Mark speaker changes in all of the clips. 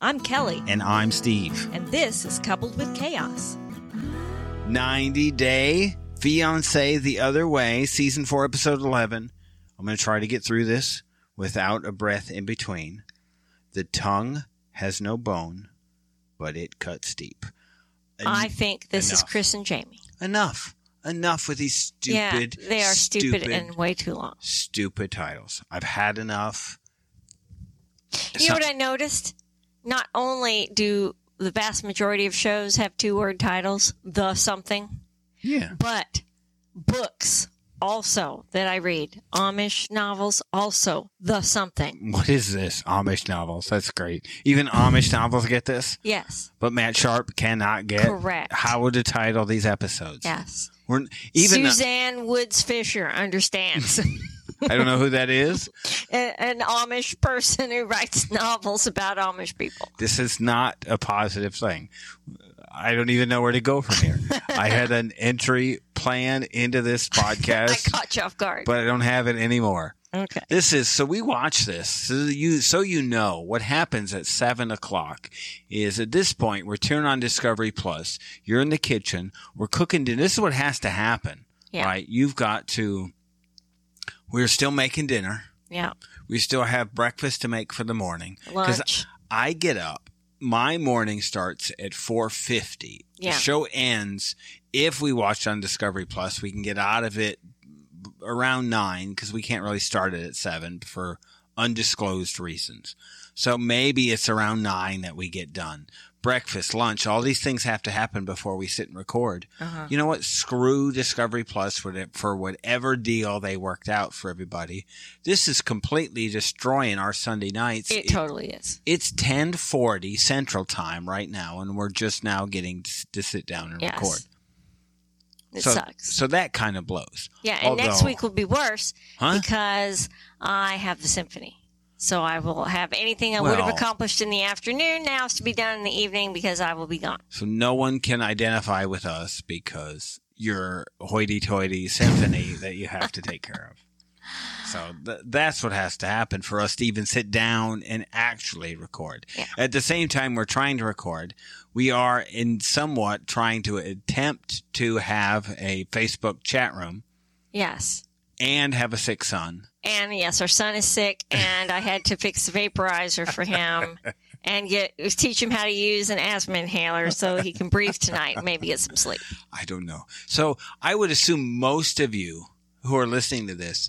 Speaker 1: I'm Kelly,
Speaker 2: And I'm Steve.
Speaker 1: and this is Coupled with Chaos.
Speaker 2: 90 Day Fiance The Other Way, Season 4, Episode 11. I'm going to try to get through this without a breath in between. The tongue has no bone, but it cuts deep. En-
Speaker 1: I think this is
Speaker 2: enough.
Speaker 1: Chris and Jamie.
Speaker 2: enough. Enough with these stupid,
Speaker 1: yeah, they are stupid,
Speaker 2: stupid,
Speaker 1: and way too long.
Speaker 2: stupid titles. I've had enough.
Speaker 1: You know
Speaker 2: Some-
Speaker 1: what I noticed? Not only do the vast majority of shows have two word titles, the something,
Speaker 2: yeah.
Speaker 1: but books also that I read, Amish novels, also the something.
Speaker 2: What is this? Amish novels. That's great. Even Amish novels get this.
Speaker 1: Yes,
Speaker 2: but Matt Sharp cannot get
Speaker 1: Correct.
Speaker 2: how to title these episodes.
Speaker 1: yes.
Speaker 2: We're, even
Speaker 1: Suzanne Woods Fisher understands.
Speaker 2: I don't know who that is.
Speaker 1: a- an Amish person who writes novels about Amish people.
Speaker 2: This is not a positive thing. I don't even know where to go from here. I had an entry plan into this
Speaker 1: I
Speaker 2: podcast,
Speaker 1: caught you off guard.
Speaker 2: but I don't have it anymore.
Speaker 1: okay.
Speaker 2: This is so we watch this so you so you know what happens at seven o'clock is at this point we're turning on Discovery Plus. You're in the kitchen. We're cooking dinner. This is what has to happen,
Speaker 1: Yeah.
Speaker 2: right? You've got to. We're still making dinner.
Speaker 1: Yeah.
Speaker 2: We still have breakfast to make for the morning
Speaker 1: Lunch.
Speaker 2: I get up. My morning starts at 4:50.
Speaker 1: Yeah.
Speaker 2: The show ends if we watch on Discovery Plus, we can get out of it around 9 cuz we can't really start it at 7 for undisclosed reasons. So maybe it's around 9 that we get done. Breakfast, lunch, all these things have to happen before we sit and record.
Speaker 1: Uh-huh.
Speaker 2: You know what? Screw Discovery Plus for the- for whatever deal they worked out for everybody. This is completely destroying our Sunday nights.
Speaker 1: It totally is.
Speaker 2: It's 1040 Central Time right now, and we're just now getting to, to sit down and
Speaker 1: Yes.
Speaker 2: record.
Speaker 1: It
Speaker 2: so,
Speaker 1: sucks.
Speaker 2: So that kind of blows.
Speaker 1: yeah. And next
Speaker 2: although-
Speaker 1: week will be worse
Speaker 2: Huh?
Speaker 1: because I have the symphony. So I will have anything I would have
Speaker 2: Well-
Speaker 1: accomplished in the afternoon now has to be done in the evening because I will be gone.
Speaker 2: So no one can identify with us because your hoity-toity symphony that you have to take care of. So th- that's what has to happen for us to even sit down and actually record.
Speaker 1: Yeah.
Speaker 2: At the same time, we're trying to record. We are in somewhat trying to attempt to have a Facebook chat room
Speaker 1: Yes.
Speaker 2: and have a sick son.
Speaker 1: And yes, our son is sick, and I had to fix the vaporizer for him and get teach him how to use an asthma inhaler so he can breathe tonight and maybe get some sleep.
Speaker 2: I don't know. So I would assume most of you who are listening to this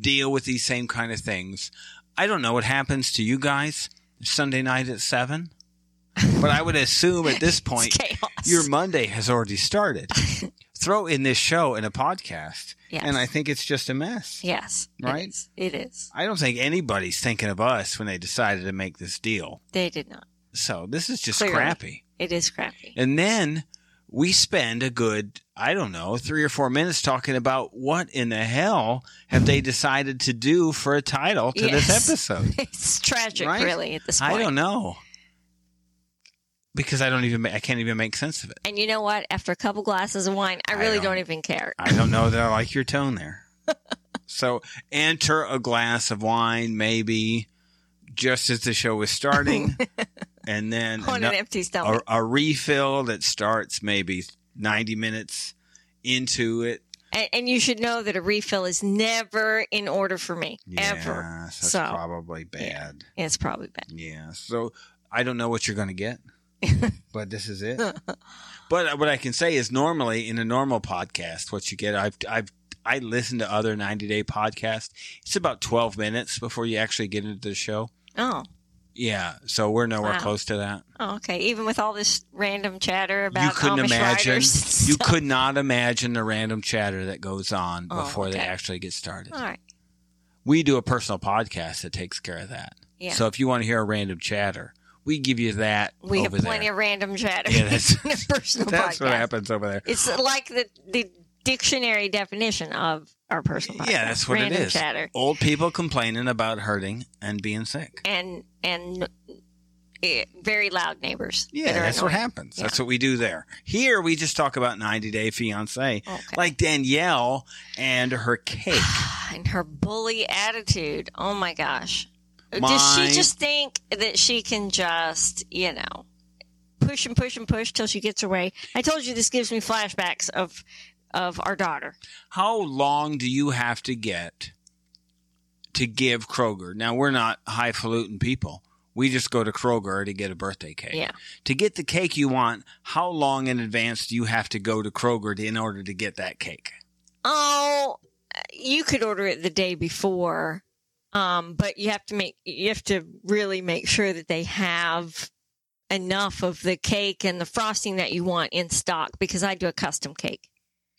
Speaker 2: deal with these same kind of things. I don't know what happens to you guys Sunday night at seven, but I would assume at this point
Speaker 1: It's chaos.
Speaker 2: your Monday has already started. Throw in this show in a podcast,
Speaker 1: Yes.
Speaker 2: and I think it's just a mess.
Speaker 1: Yes. it
Speaker 2: Right?
Speaker 1: is. It is.
Speaker 2: I don't think anybody's thinking of us when they decided to make this deal.
Speaker 1: They did not.
Speaker 2: So this is just
Speaker 1: Clearly.
Speaker 2: crappy.
Speaker 1: It is crappy.
Speaker 2: And then we spend a good, I don't know, three or four minutes talking about what in the hell have they decided to do for a title to
Speaker 1: Yes.
Speaker 2: this episode.
Speaker 1: It's tragic,
Speaker 2: Right?
Speaker 1: really, at this point.
Speaker 2: I don't know. Because I don't even, ma- I can't even make sense of it.
Speaker 1: And you know what? After a couple glasses of wine, I
Speaker 2: I
Speaker 1: really
Speaker 2: don't-
Speaker 1: don't, even care.
Speaker 2: I don't know that I like your tone there. so enter a glass of wine, maybe just as the show is starting, and then
Speaker 1: On
Speaker 2: ano-
Speaker 1: an empty
Speaker 2: a,
Speaker 1: stomach.
Speaker 2: a refill that starts maybe 90 minutes into it.
Speaker 1: and, and you should know that a refill is never in order for me, ever.
Speaker 2: Yes, that's
Speaker 1: So-
Speaker 2: probably
Speaker 1: Yeah.
Speaker 2: bad.
Speaker 1: It's probably bad.
Speaker 2: Yeah. So I don't know what you're going to get, but this is it. but uh, what I can say is normally in a normal podcast, what you get, I've, I've, I listen to other 90 day podcasts. It's about 12 minutes before you actually get into the show.
Speaker 1: Oh.
Speaker 2: Yeah. So we're nowhere
Speaker 1: Wow.
Speaker 2: close to that.
Speaker 1: oh, okay. Even with all this random chatter about
Speaker 2: you couldn't
Speaker 1: Amish
Speaker 2: imagine.
Speaker 1: writers.
Speaker 2: You could not imagine the random chatter that goes on
Speaker 1: Oh,
Speaker 2: before they
Speaker 1: okay.
Speaker 2: actually get started.
Speaker 1: all right.
Speaker 2: we do a personal podcast that takes care of that.
Speaker 1: Yeah.
Speaker 2: So if you want to hear a random chatter, we give you that.
Speaker 1: We have
Speaker 2: over
Speaker 1: plenty
Speaker 2: there.
Speaker 1: of random chatter.
Speaker 2: Yeah, that's-
Speaker 1: in a personal
Speaker 2: That's
Speaker 1: podcast.
Speaker 2: what happens over there.
Speaker 1: It's like the the dictionary definition of our personal podcast.
Speaker 2: Yeah, that's what
Speaker 1: Random
Speaker 2: it is.
Speaker 1: Chatter
Speaker 2: Old people complaining about hurting and being sick.
Speaker 1: and and eh, very loud neighbors.
Speaker 2: Yeah,
Speaker 1: that are
Speaker 2: that's what
Speaker 1: annoying.
Speaker 2: happens.
Speaker 1: Yeah.
Speaker 2: That's what we do there. Here, we just talk about 90 Day Fiance,
Speaker 1: Okay.
Speaker 2: like Danielle and her cake.
Speaker 1: and her bully attitude. Oh my gosh, Does
Speaker 2: Mine-
Speaker 1: she just think that she can just, you know, push and push and push till she gets her way? I told you this gives me flashbacks of of our daughter.
Speaker 2: How long do you have to get to give Kroger? Now we're not highfalutin people. We just go to Kroger to get a birthday cake.
Speaker 1: Yeah.
Speaker 2: To get the cake you want, how long in advance do you have to go to Kroger to- in order to get that cake?
Speaker 1: Oh, you could order it the day before, um, but you have to make you have to really make sure that they have enough of the cake and the frosting that you want in stock because I do a custom cake.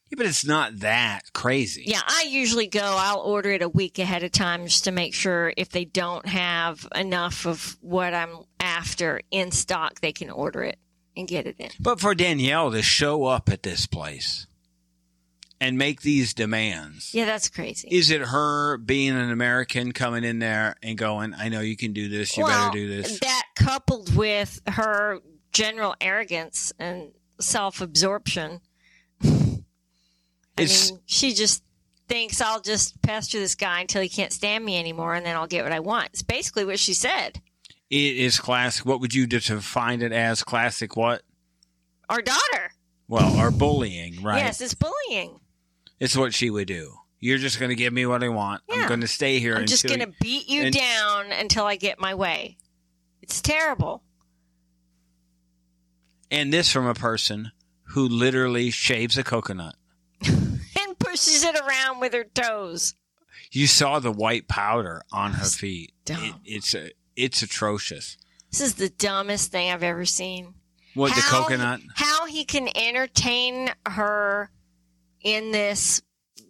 Speaker 2: Yeah, but it's not that crazy.
Speaker 1: Yeah, I usually go. I'll order it a week ahead of time just to make sure if they don't have enough of what I'm after in stock, they can order it and get it in.
Speaker 2: But for Danielle to show up at this place and make these demands,
Speaker 1: Yeah, that's crazy.
Speaker 2: is it her being an American coming in there and going, I know you can do this, you
Speaker 1: Well,
Speaker 2: better do this?
Speaker 1: That coupled with her general arrogance and self-absorption, I
Speaker 2: It's-
Speaker 1: mean, she just thinks I'll just pester this guy until he can't stand me anymore, and then I'll get what I want. It's basically what she said.
Speaker 2: It is classic. What would you de- define it as? Classic what?
Speaker 1: Our daughter.
Speaker 2: Well, or bullying, right?
Speaker 1: Yes, it's bullying.
Speaker 2: It's what she would do. You're just going to give me what I want. I'm
Speaker 1: Yeah.
Speaker 2: going to stay here
Speaker 1: I'm
Speaker 2: until
Speaker 1: just going to beat you
Speaker 2: and-
Speaker 1: down until I get my way. It's terrible.
Speaker 2: and this from a person who literally shaves a coconut.
Speaker 1: And pushes it around with her toes.
Speaker 2: You saw the white powder on her feet.
Speaker 1: dumb.
Speaker 2: It, it's a, it's atrocious.
Speaker 1: This is the dumbest thing I've ever seen.
Speaker 2: What the
Speaker 1: How-
Speaker 2: coconut?
Speaker 1: How he can entertain her in this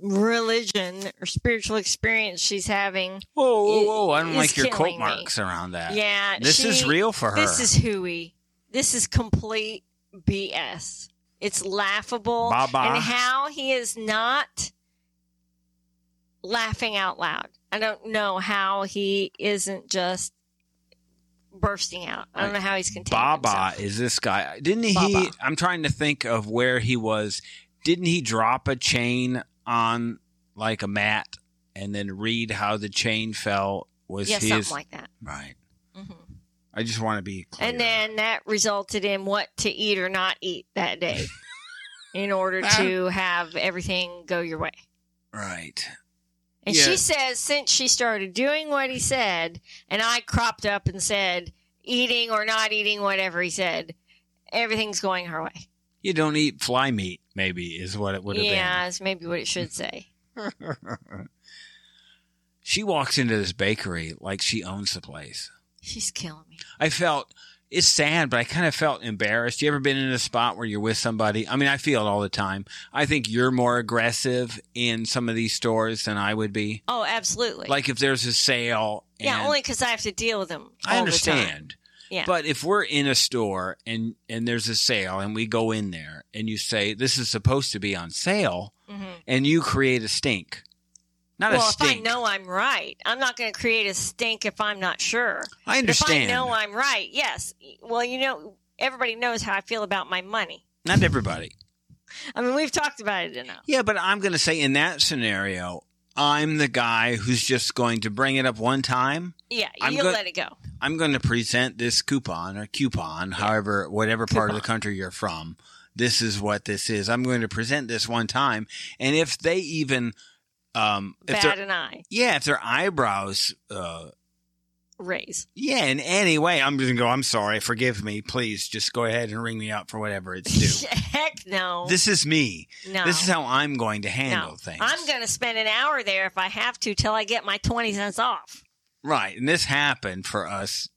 Speaker 1: religion or spiritual experience she's having.
Speaker 2: Whoa, whoa, whoa! I don't
Speaker 1: is
Speaker 2: like your
Speaker 1: killing
Speaker 2: quote
Speaker 1: me.
Speaker 2: marks around that.
Speaker 1: Yeah.
Speaker 2: this
Speaker 1: she-
Speaker 2: is real for her.
Speaker 1: This is hooey. This is complete BS. It's laughable.
Speaker 2: Baba.
Speaker 1: And how he is not laughing out loud. I don't know how he isn't just bursting out. I don't know how he's containing
Speaker 2: Baba
Speaker 1: himself.
Speaker 2: is this guy. Didn't he?
Speaker 1: Baba.
Speaker 2: I'm trying to think of where he was. Didn't he drop a chain on like a mat and then read how the chain fell? Was
Speaker 1: Yeah,
Speaker 2: his
Speaker 1: something like that.
Speaker 2: right?
Speaker 1: hmm
Speaker 2: I just want to be clear.
Speaker 1: And then that resulted in what to eat or not eat that day in order
Speaker 2: Um,
Speaker 1: to have everything go your way.
Speaker 2: right,
Speaker 1: And
Speaker 2: Yeah.
Speaker 1: she says, since she started doing what he said, and I cropped up and said, eating or not eating, whatever he said, everything's going her way.
Speaker 2: you don't eat fly meat. Maybe is what it would have
Speaker 1: yeah,
Speaker 2: been.
Speaker 1: that's maybe what it should say.
Speaker 2: She walks into this bakery like she owns the place.
Speaker 1: She's killing me.
Speaker 2: I felt it's sad, but I kind of felt embarrassed. You ever been in a spot where you're with somebody? I mean, I feel it all the time. I think you're more aggressive in some of these stores than I would be.
Speaker 1: Oh, absolutely.
Speaker 2: Like if there's a sale, and
Speaker 1: yeah, only because I have to deal with them.
Speaker 2: I
Speaker 1: all the time.
Speaker 2: understand.
Speaker 1: Yeah.
Speaker 2: But if we're in a store and and there's a sale and we go in there and you say this is supposed to be on sale
Speaker 1: Mhm.
Speaker 2: and you create a stink, not
Speaker 1: Well,
Speaker 2: a
Speaker 1: if I
Speaker 2: stink.
Speaker 1: know I'm right, I'm not going to create a stink if I'm not sure.
Speaker 2: I understand.
Speaker 1: If I know I'm right, yes. Well, you know, everybody knows how I feel about my money.
Speaker 2: not everybody.
Speaker 1: I mean, we've talked about it enough.
Speaker 2: Yeah, but I'm going to say in that scenario, I'm the guy who's just going to bring it up one time.
Speaker 1: Yeah,
Speaker 2: I'm
Speaker 1: you'll
Speaker 2: go-
Speaker 1: let it go.
Speaker 2: I'm going to present this coupon or coupon, however, whatever part of the
Speaker 1: Coupon.
Speaker 2: country you're from. This is what this is. I'm going to present this one time, and if they even, um, if
Speaker 1: Bad
Speaker 2: their
Speaker 1: and I
Speaker 2: yeah, if their eyebrows, uh,
Speaker 1: raise.
Speaker 2: yeah, in any way, I'm just going to go. I'm sorry, forgive me, please. Just go ahead and ring me up for whatever it's due.
Speaker 1: Heck no.
Speaker 2: this is me.
Speaker 1: no.
Speaker 2: This is how I'm going to
Speaker 1: no.
Speaker 2: handle things.
Speaker 1: I'm going to spend an hour there if I have to till I get my 20 cents off.
Speaker 2: Right. And this happened for us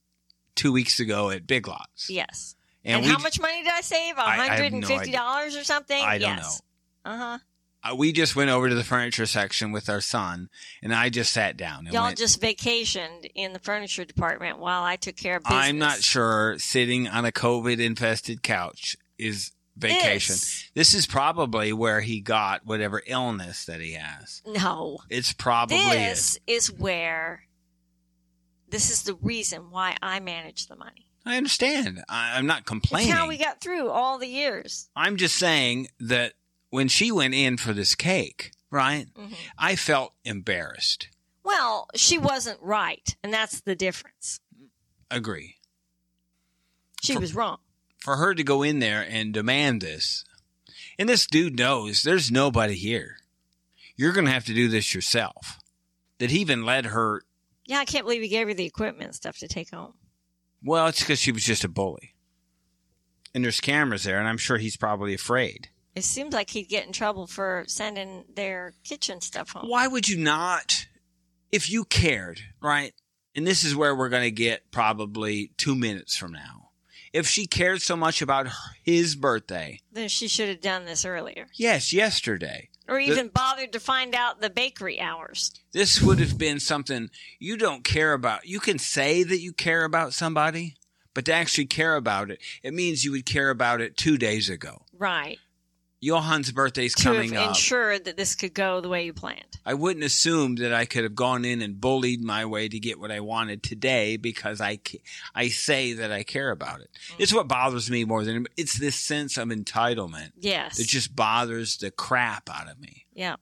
Speaker 2: two weeks ago at Big Lots.
Speaker 1: Yes.
Speaker 2: And,
Speaker 1: And,
Speaker 2: we,
Speaker 1: how much money did I save?
Speaker 2: I- I have no
Speaker 1: $150 or something?
Speaker 2: I don't
Speaker 1: yes. Uh huh.
Speaker 2: uh, we just went over to the furniture section with our son, and I just sat down. And
Speaker 1: Y'all
Speaker 2: went,
Speaker 1: just vacationed in the furniture department while I took care of business.
Speaker 2: I'm not sure sitting on a COVID infested couch is vacation.
Speaker 1: This-
Speaker 2: This is probably where he got whatever illness that he has.
Speaker 1: No.
Speaker 2: It's probably it.
Speaker 1: this is where this is the reason why I manage the money.
Speaker 2: I understand. I, I'm not
Speaker 1: It's
Speaker 2: complaining.
Speaker 1: how we got through all the years.
Speaker 2: I'm just saying that when she went in for this cake, right,
Speaker 1: Mhm.
Speaker 2: I felt embarrassed.
Speaker 1: Well, she wasn't right, and that's the difference.
Speaker 2: Agree.
Speaker 1: She
Speaker 2: For-
Speaker 1: was wrong.
Speaker 2: For her to go in there and demand this, and this dude knows there's nobody here. You're going to have to do this yourself. That he even led her.
Speaker 1: Yeah, I can't believe he gave her the equipment and stuff to take home.
Speaker 2: Well, it's because she was just a bully. And there's cameras there, and I'm sure he's probably afraid.
Speaker 1: It seems like he'd get in trouble for sending their kitchen stuff home.
Speaker 2: Why would you not, if you cared, right? And this is where we're going to get probably two minutes from now. If she cared so much about her- his birthday,
Speaker 1: Then she should have done this earlier,
Speaker 2: yes, yesterday,
Speaker 1: or even bothered to find out the bakery hours.
Speaker 2: this would have been something you don't care about. You can say that you care about somebody, but to actually care about it, it means you would care about it two days ago.
Speaker 1: Right.
Speaker 2: Johan's birthday's
Speaker 1: To
Speaker 2: coming
Speaker 1: have
Speaker 2: up.
Speaker 1: ensured that this could go the way you planned.
Speaker 2: I wouldn't assume that I could have gone in and bullied my way to get what I wanted today because I, ca- I say that I care about it.
Speaker 1: Mm.
Speaker 2: It's what bothers me more than it's this sense of entitlement
Speaker 1: Yes.
Speaker 2: that just bothers the crap out of me.
Speaker 1: yeah.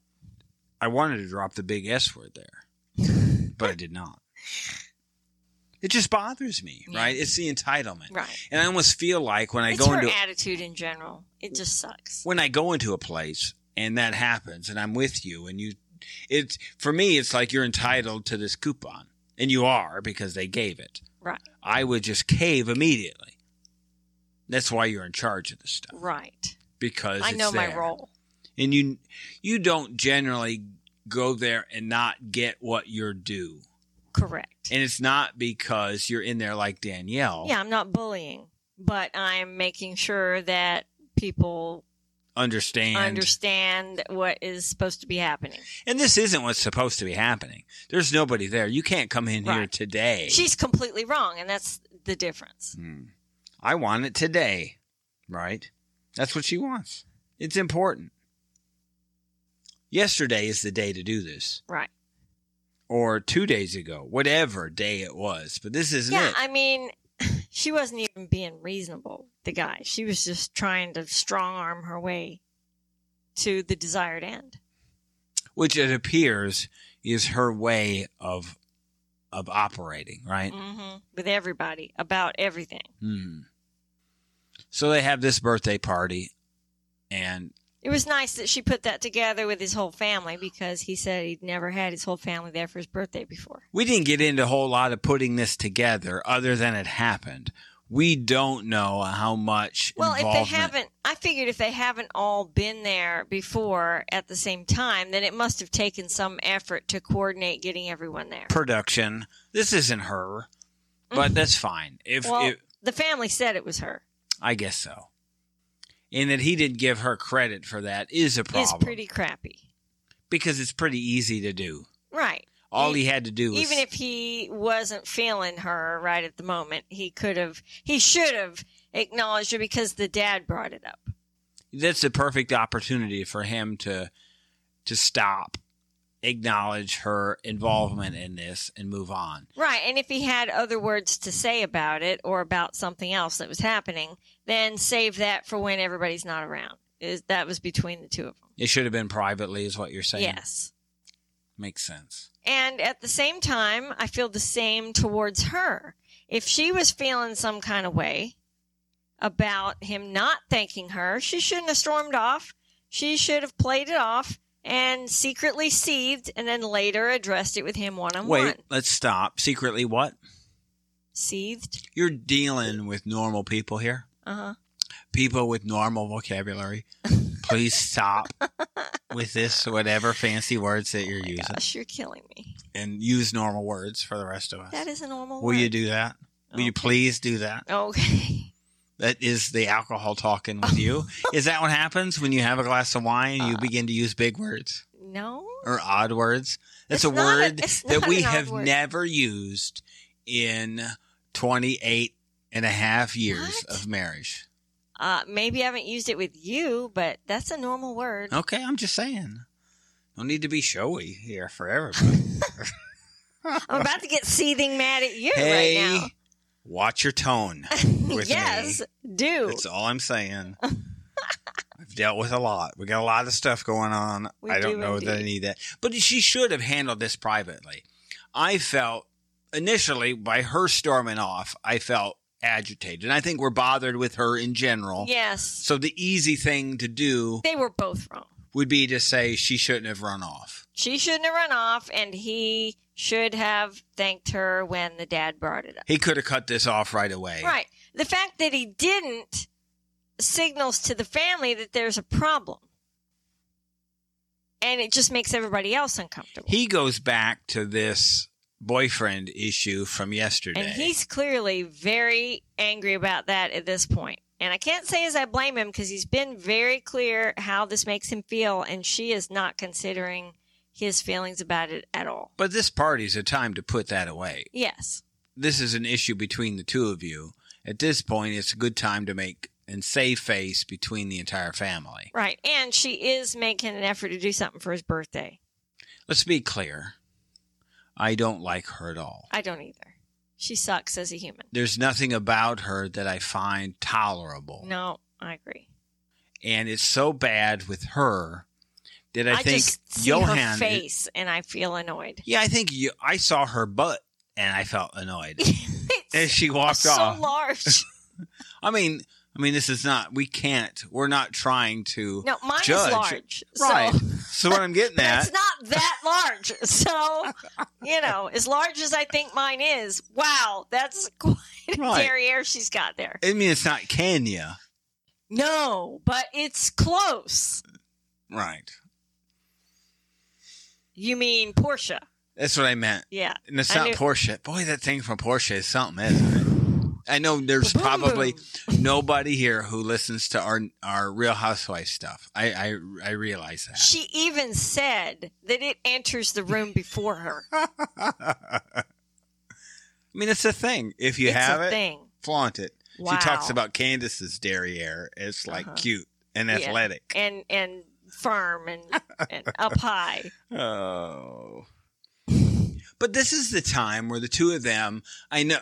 Speaker 2: I wanted to drop the big S word there, but I did not. It just bothers me,
Speaker 1: Yeah.
Speaker 2: right? It's the entitlement,
Speaker 1: Right.
Speaker 2: and I almost feel like when I
Speaker 1: it's
Speaker 2: go
Speaker 1: her
Speaker 2: into
Speaker 1: attitude in general. It just sucks.
Speaker 2: when I go into a place and that happens and I'm with you and you it's for me it's like you're entitled to this coupon and you are because they gave it.
Speaker 1: Right.
Speaker 2: I would just cave immediately. That's why you're in charge of this stuff
Speaker 1: Right.
Speaker 2: because
Speaker 1: I
Speaker 2: it's
Speaker 1: know my
Speaker 2: there.
Speaker 1: role.
Speaker 2: And you you don't generally go there and not get what you're due.
Speaker 1: Correct.
Speaker 2: And it's not because you're in there like Danielle
Speaker 1: yeah, I'm not bullying, but I'm making sure that people
Speaker 2: understand
Speaker 1: understand what is supposed to be happening.
Speaker 2: and this isn't what's supposed to be happening. There's nobody there. You can't come in here
Speaker 1: Right.
Speaker 2: today.
Speaker 1: She's completely wrong, and that's the difference.
Speaker 2: Hmm. I want it today, right? That's what she wants. It's important. Yesterday is the day to do this,
Speaker 1: Right.
Speaker 2: or two days ago, whatever day it was. But this isn't
Speaker 1: yeah,
Speaker 2: it.
Speaker 1: I mean, she wasn't even being reasonable, the guy. She was just trying to strong arm her way to the desired end.
Speaker 2: Which it appears is her way of of operating, right?
Speaker 1: hmm With everybody about everything.
Speaker 2: Hmm. So they have this birthday party, and
Speaker 1: It was nice that she put that together with his whole family because he said he'd never had his whole family there for his birthday before.
Speaker 2: we didn't get into a whole lot of putting this together other than it happened. We don't know how much
Speaker 1: Well, if they
Speaker 2: involvement-
Speaker 1: haven't, I figured if they haven't all been there before at the same time, then it must have taken some effort to coordinate getting everyone there.
Speaker 2: production. This isn't her, but that's fine. If,
Speaker 1: Mm-hmm. well,
Speaker 2: if
Speaker 1: the family said it was her.
Speaker 2: I guess so, and that he didn't give her credit for that is a problem
Speaker 1: It's pretty crappy.
Speaker 2: because it's pretty easy to do.
Speaker 1: Right.
Speaker 2: All
Speaker 1: E-
Speaker 2: he had to do was
Speaker 1: Even if he wasn't feeling her right at the moment, he could have, he should have acknowledged her because the dad brought it up.
Speaker 2: that's the perfect opportunity for him to to stop, acknowledge her involvement in this, and move on.
Speaker 1: Right. And if he had other words to say about it or about something else that was happening, then save that for when everybody's not around. Is that was between the two of them.
Speaker 2: It should have been privately, is what you're saying.
Speaker 1: Yes.
Speaker 2: makes sense.
Speaker 1: And at the same time, I feel the same towards her. If she was feeling some kind of way about him not thanking her, she shouldn't have stormed off. She should have played it off and secretly seethed and then later addressed it with him one on one.
Speaker 2: Wait, let's stop. Secretly, what
Speaker 1: Seethed?
Speaker 2: you're dealing with normal people here.
Speaker 1: Uh huh.
Speaker 2: people with normal vocabulary, please stop with this whatever fancy words that
Speaker 1: Oh
Speaker 2: you're using
Speaker 1: Gosh, you're killing me.
Speaker 2: and use normal words for the rest of us.
Speaker 1: That is Oh a normal
Speaker 2: Will
Speaker 1: word.
Speaker 2: you do that? Will you please do that?
Speaker 1: Okay.
Speaker 2: That is the alcohol talking with you. is that what happens when you have a glass of wine? You
Speaker 1: Uh,
Speaker 2: begin to use big words
Speaker 1: No.
Speaker 2: or odd words. That's
Speaker 1: It's
Speaker 2: a
Speaker 1: not a-
Speaker 2: word
Speaker 1: it's
Speaker 2: that
Speaker 1: not
Speaker 2: we
Speaker 1: an odd
Speaker 2: have
Speaker 1: word.
Speaker 2: never used in 28 and a half years
Speaker 1: What?
Speaker 2: of marriage.
Speaker 1: Uh, maybe I haven't used it with you, but that's a normal word.
Speaker 2: Okay, I'm just saying. No need to be showy here for everybody.
Speaker 1: I'm about to get seething mad at you
Speaker 2: hey,
Speaker 1: right now.
Speaker 2: watch your tone. with
Speaker 1: yes, do.
Speaker 2: That's all I'm saying. I've dealt with a lot. We got a lot of stuff going on.
Speaker 1: We
Speaker 2: I don't
Speaker 1: do
Speaker 2: know that I
Speaker 1: indeed.
Speaker 2: need that. But she should have handled this privately. I felt initially by her storming off, I felt agitated. And I think we're bothered with her in general.
Speaker 1: Yes.
Speaker 2: So the easy thing to do
Speaker 1: They were both wrong.
Speaker 2: would be to say she shouldn't have run off.
Speaker 1: She shouldn't have run off, and he should have thanked her when the dad brought it up.
Speaker 2: He could have cut this off right away.
Speaker 1: Right. The fact that he didn't signals to the family that there's a problem. And it just makes everybody else uncomfortable.
Speaker 2: He goes back to this boyfriend issue from yesterday.
Speaker 1: and he's clearly very angry about that at this point. And I can't say as I blame him because he's been very clear how this makes him feel, and she is not considering his feelings about it at all.
Speaker 2: but this party's a time to put that away.
Speaker 1: Yes.
Speaker 2: This is an issue between the two of you. At this point, it's a good time to make and save face between the entire family.
Speaker 1: Right. And she is making an effort to do something for his birthday.
Speaker 2: Let's be clear. I don't like her at all.
Speaker 1: I don't either. She sucks as a human.
Speaker 2: There's nothing about her that I find tolerable.
Speaker 1: No, I agree.
Speaker 2: And it's so bad with her that I,
Speaker 1: I,
Speaker 2: think
Speaker 1: just see
Speaker 2: Johan
Speaker 1: her face and I feel annoyed.
Speaker 2: Yeah, I think you, I saw her butt and I felt annoyed as
Speaker 1: it's
Speaker 2: she walked
Speaker 1: so
Speaker 2: off.
Speaker 1: large.
Speaker 2: I mean, I mean, this is not. We can't. We're not trying to.
Speaker 1: No, mine
Speaker 2: Judge.
Speaker 1: is large.
Speaker 2: right.
Speaker 1: So
Speaker 2: So what I'm getting
Speaker 1: it's
Speaker 2: at,
Speaker 1: not that large. So, you know, as large as I think mine is, wow, that's quite a
Speaker 2: Right.
Speaker 1: derriere she's got there.
Speaker 2: I mean, it's not Kenya,
Speaker 1: No, but it's close.
Speaker 2: right?
Speaker 1: You mean Portia.
Speaker 2: That's what I meant.
Speaker 1: Yeah.
Speaker 2: And it's
Speaker 1: I
Speaker 2: not
Speaker 1: knew-
Speaker 2: Porsche. Boy, that thing from Porsche is something, isn't it? I know there's
Speaker 1: Boom,
Speaker 2: probably
Speaker 1: boom.
Speaker 2: nobody here who listens to our our Real Housewife stuff. I I, I realize that.
Speaker 1: She even said that it enters the room before her.
Speaker 2: I mean, it's a thing. If you
Speaker 1: it's
Speaker 2: have
Speaker 1: a
Speaker 2: it,
Speaker 1: thing.
Speaker 2: flaunt it.
Speaker 1: Wow.
Speaker 2: She talks about Candace's derriere. It's like
Speaker 1: Uh-huh.
Speaker 2: cute and
Speaker 1: Yeah.
Speaker 2: athletic.
Speaker 1: and and firm and, and up high.
Speaker 2: Oh. But this is the time where the two of them, I know,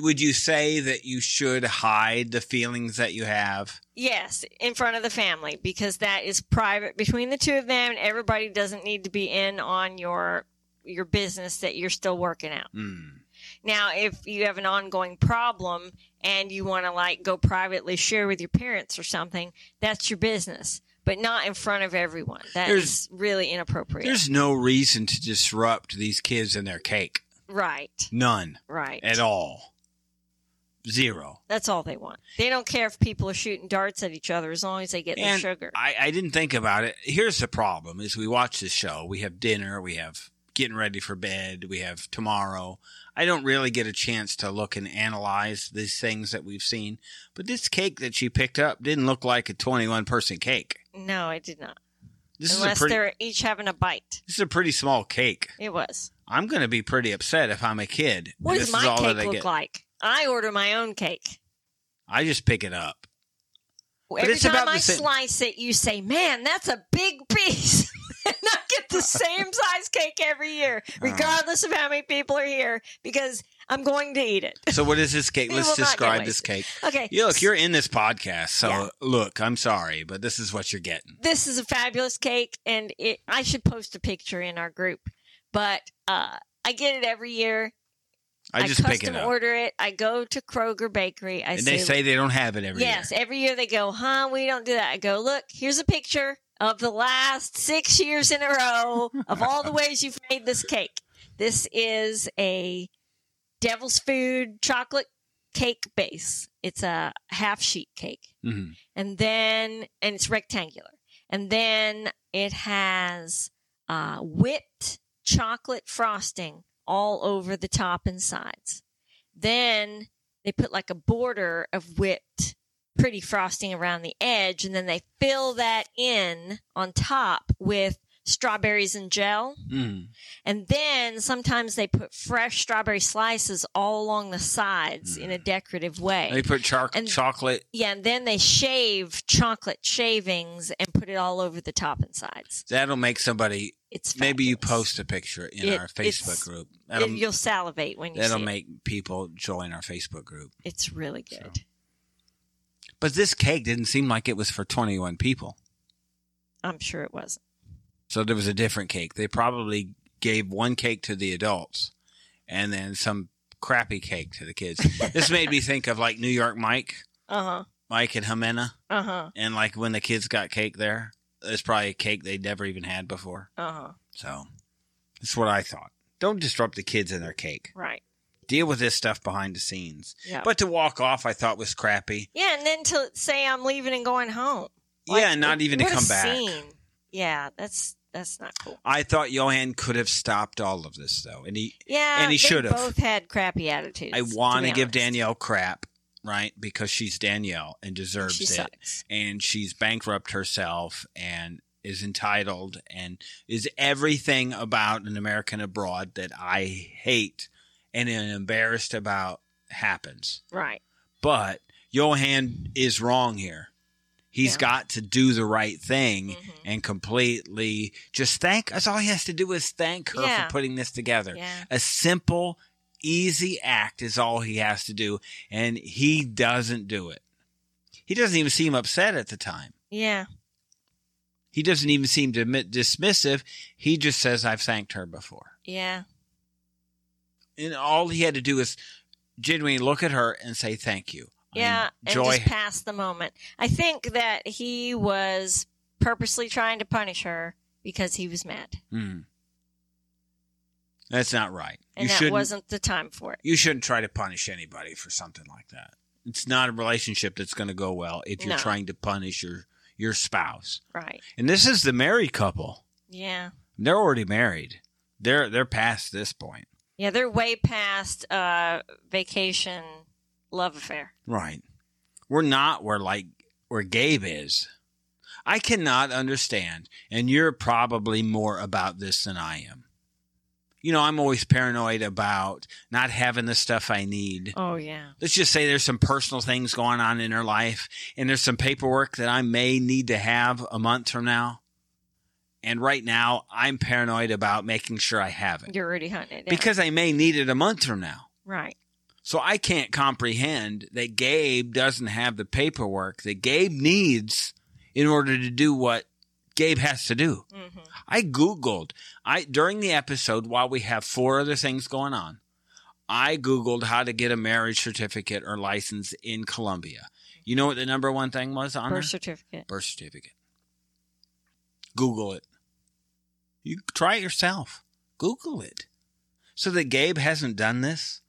Speaker 2: would you say that you should hide the feelings that you have?
Speaker 1: Yes, in front of the family because that is private between the two of them. and Everybody doesn't need to be in on your your business that you're still working out.
Speaker 2: Hmm.
Speaker 1: Now, if you have an ongoing problem and you want to like go privately share with your parents or something, that's your business, but not in front of everyone. That is
Speaker 2: There's-
Speaker 1: really inappropriate.
Speaker 2: There's no reason to disrupt these kids and their cake.
Speaker 1: right,
Speaker 2: None
Speaker 1: right.
Speaker 2: at all. Zero.
Speaker 1: That's all they want. They don't care if people are shooting darts at each other as long as they get
Speaker 2: And
Speaker 1: their sugar.
Speaker 2: I, I didn't think about it. Here's the problem is we watch this show, we have dinner, we have getting ready for bed, we have tomorrow. I don't really get a chance to look and analyze these things that we've seen. But this cake that she picked up didn't look like a twenty one person cake.
Speaker 1: no, I did not.
Speaker 2: This
Speaker 1: Unless
Speaker 2: is a pretty
Speaker 1: they're each having a bite.
Speaker 2: this is a pretty small cake.
Speaker 1: It was.
Speaker 2: I'm gonna be pretty upset if I'm a kid. and
Speaker 1: What
Speaker 2: this
Speaker 1: does
Speaker 2: is
Speaker 1: my
Speaker 2: all that I
Speaker 1: cake look
Speaker 2: get.
Speaker 1: like? I order my own cake.
Speaker 2: I just pick it up.
Speaker 1: Every
Speaker 2: it's
Speaker 1: time
Speaker 2: about
Speaker 1: I
Speaker 2: the same-
Speaker 1: slice it, you say, "Man, that's a big piece." and I get the same size cake every year,
Speaker 2: Ah.
Speaker 1: regardless of how many people are here, because I'm going to eat it.
Speaker 2: So what is this cake?
Speaker 1: It
Speaker 2: Let's
Speaker 1: will not get
Speaker 2: describe this
Speaker 1: wasted.
Speaker 2: cake.
Speaker 1: Okay.
Speaker 2: Yeah, look, you're in this podcast, so
Speaker 1: Yeah.
Speaker 2: look, I'm sorry, but this is what you're getting.
Speaker 1: this is a fabulous cake and it I should post a picture in our group. But uh I get it every year.
Speaker 2: I just
Speaker 1: custom
Speaker 2: pick it up.
Speaker 1: order it. I go to Kroger Bakery. I
Speaker 2: and
Speaker 1: say,
Speaker 2: they say they don't have it every
Speaker 1: Yes,
Speaker 2: year.
Speaker 1: every year they go, "Huh, we don't do that." I go, "Look, here's a picture of the last 6 years in a row of all the ways you've made this cake. This is a Devil's Food chocolate cake base. It's a half sheet cake
Speaker 2: Mhm.
Speaker 1: and then and it's rectangular and then it has uh, whipped chocolate frosting all over the top and sides then they put like a border of whipped pretty frosting around the edge and then they fill that in on top with strawberries and gel
Speaker 2: Mhm.
Speaker 1: and then sometimes they put fresh strawberry slices all along the sides in a decorative way
Speaker 2: They put char-
Speaker 1: And-
Speaker 2: chocolate.
Speaker 1: yeah, and then they shave chocolate shavings and put it all over the top and sides.
Speaker 2: That'll make somebody.
Speaker 1: It's fabulous.
Speaker 2: Maybe you post a picture in
Speaker 1: It-
Speaker 2: our
Speaker 1: it's-
Speaker 2: Facebook group.
Speaker 1: It-
Speaker 2: That'll,
Speaker 1: you'll salivate when you
Speaker 2: that'll
Speaker 1: see it.
Speaker 2: make people join our Facebook group.
Speaker 1: It's really
Speaker 2: So.
Speaker 1: good.
Speaker 2: But this cake didn't seem like it was for 21 people.
Speaker 1: I'm sure it wasn't.
Speaker 2: So there was a different cake. They probably gave one cake to the adults and then some crappy cake to the kids. this made me think of like New York Mike,
Speaker 1: Uh huh.
Speaker 2: Mike and Jimena,
Speaker 1: Uh huh.
Speaker 2: and like when the kids got cake there, it's probably a cake they'd never even had before.
Speaker 1: Uh huh.
Speaker 2: So that's what I thought. Don't disrupt the kids and their cake.
Speaker 1: Right.
Speaker 2: Deal with this stuff behind the scenes.
Speaker 1: Yeah.
Speaker 2: But to walk off, I thought was crappy.
Speaker 1: yeah, and then to say I'm leaving and going home.
Speaker 2: yeah, not even to
Speaker 1: what a
Speaker 2: come back.
Speaker 1: Scene. Yeah, that's that's not cool.
Speaker 2: I thought Johan could have stopped all of this though, and he.
Speaker 1: Yeah,
Speaker 2: And he
Speaker 1: they
Speaker 2: should've.
Speaker 1: Both had crappy attitudes.
Speaker 2: I want to
Speaker 1: be
Speaker 2: give
Speaker 1: honest.
Speaker 2: Danielle crap, right? Because she's Danielle and deserves
Speaker 1: She
Speaker 2: it.
Speaker 1: sucks.
Speaker 2: and she's bankrupt herself and is entitled and is everything about an American abroad that I hate and am embarrassed about happens.
Speaker 1: Right.
Speaker 2: But Johan is wrong here. He's
Speaker 1: Yeah.
Speaker 2: got to do the right thing
Speaker 1: Mhm.
Speaker 2: and completely just thank us. All he has to do is thank her
Speaker 1: Yeah.
Speaker 2: for putting this together.
Speaker 1: Yeah.
Speaker 2: A simple, easy act is all he has to do, and he doesn't do it. He doesn't even seem upset at the time.
Speaker 1: Yeah.
Speaker 2: He doesn't even seem dimi- dismissive. He just says, I've thanked her before.
Speaker 1: Yeah.
Speaker 2: And all he had to do is genuinely look at her and say, Thank you. I
Speaker 1: Yeah. And
Speaker 2: Enjoy.
Speaker 1: just past the moment. I think that he was purposely trying to punish her because he was mad,
Speaker 2: Hmm. That's not right.
Speaker 1: and
Speaker 2: you
Speaker 1: that
Speaker 2: shouldn't.
Speaker 1: wasn't the time for it.
Speaker 2: you shouldn't try to punish anybody for something like that. It's not a relationship that's going to go well if you're
Speaker 1: No.
Speaker 2: trying to punish your your spouse.
Speaker 1: Right.
Speaker 2: And this is the married couple.
Speaker 1: Yeah.
Speaker 2: They're already married. They're they're past this point.
Speaker 1: Yeah. They're way past uh, vacation love affair.
Speaker 2: Right. We're not where like where Gabe is. I cannot understand, and you're probably more about this than I am. You know, I'm always paranoid about not having the stuff I need.
Speaker 1: Oh yeah.
Speaker 2: Let's just say there's some personal things going on in her life, and there's some paperwork that I may need to have a month from now. And right now, I'm paranoid about making sure I have it.
Speaker 1: You're already hunting it down.
Speaker 2: because I may need it a month from now.
Speaker 1: right.
Speaker 2: So I can't comprehend that Gabe doesn't have the paperwork that Gabe needs in order to do what Gabe has to do.
Speaker 1: hmm
Speaker 2: I googled I during the episode while we have four other things going on. I googled how to get a marriage certificate or license in Colombia. You know what the number one thing was on there?
Speaker 1: Birth certificate.
Speaker 2: birth certificate. Google it. You try it yourself. Google it. So that Gabe hasn't done this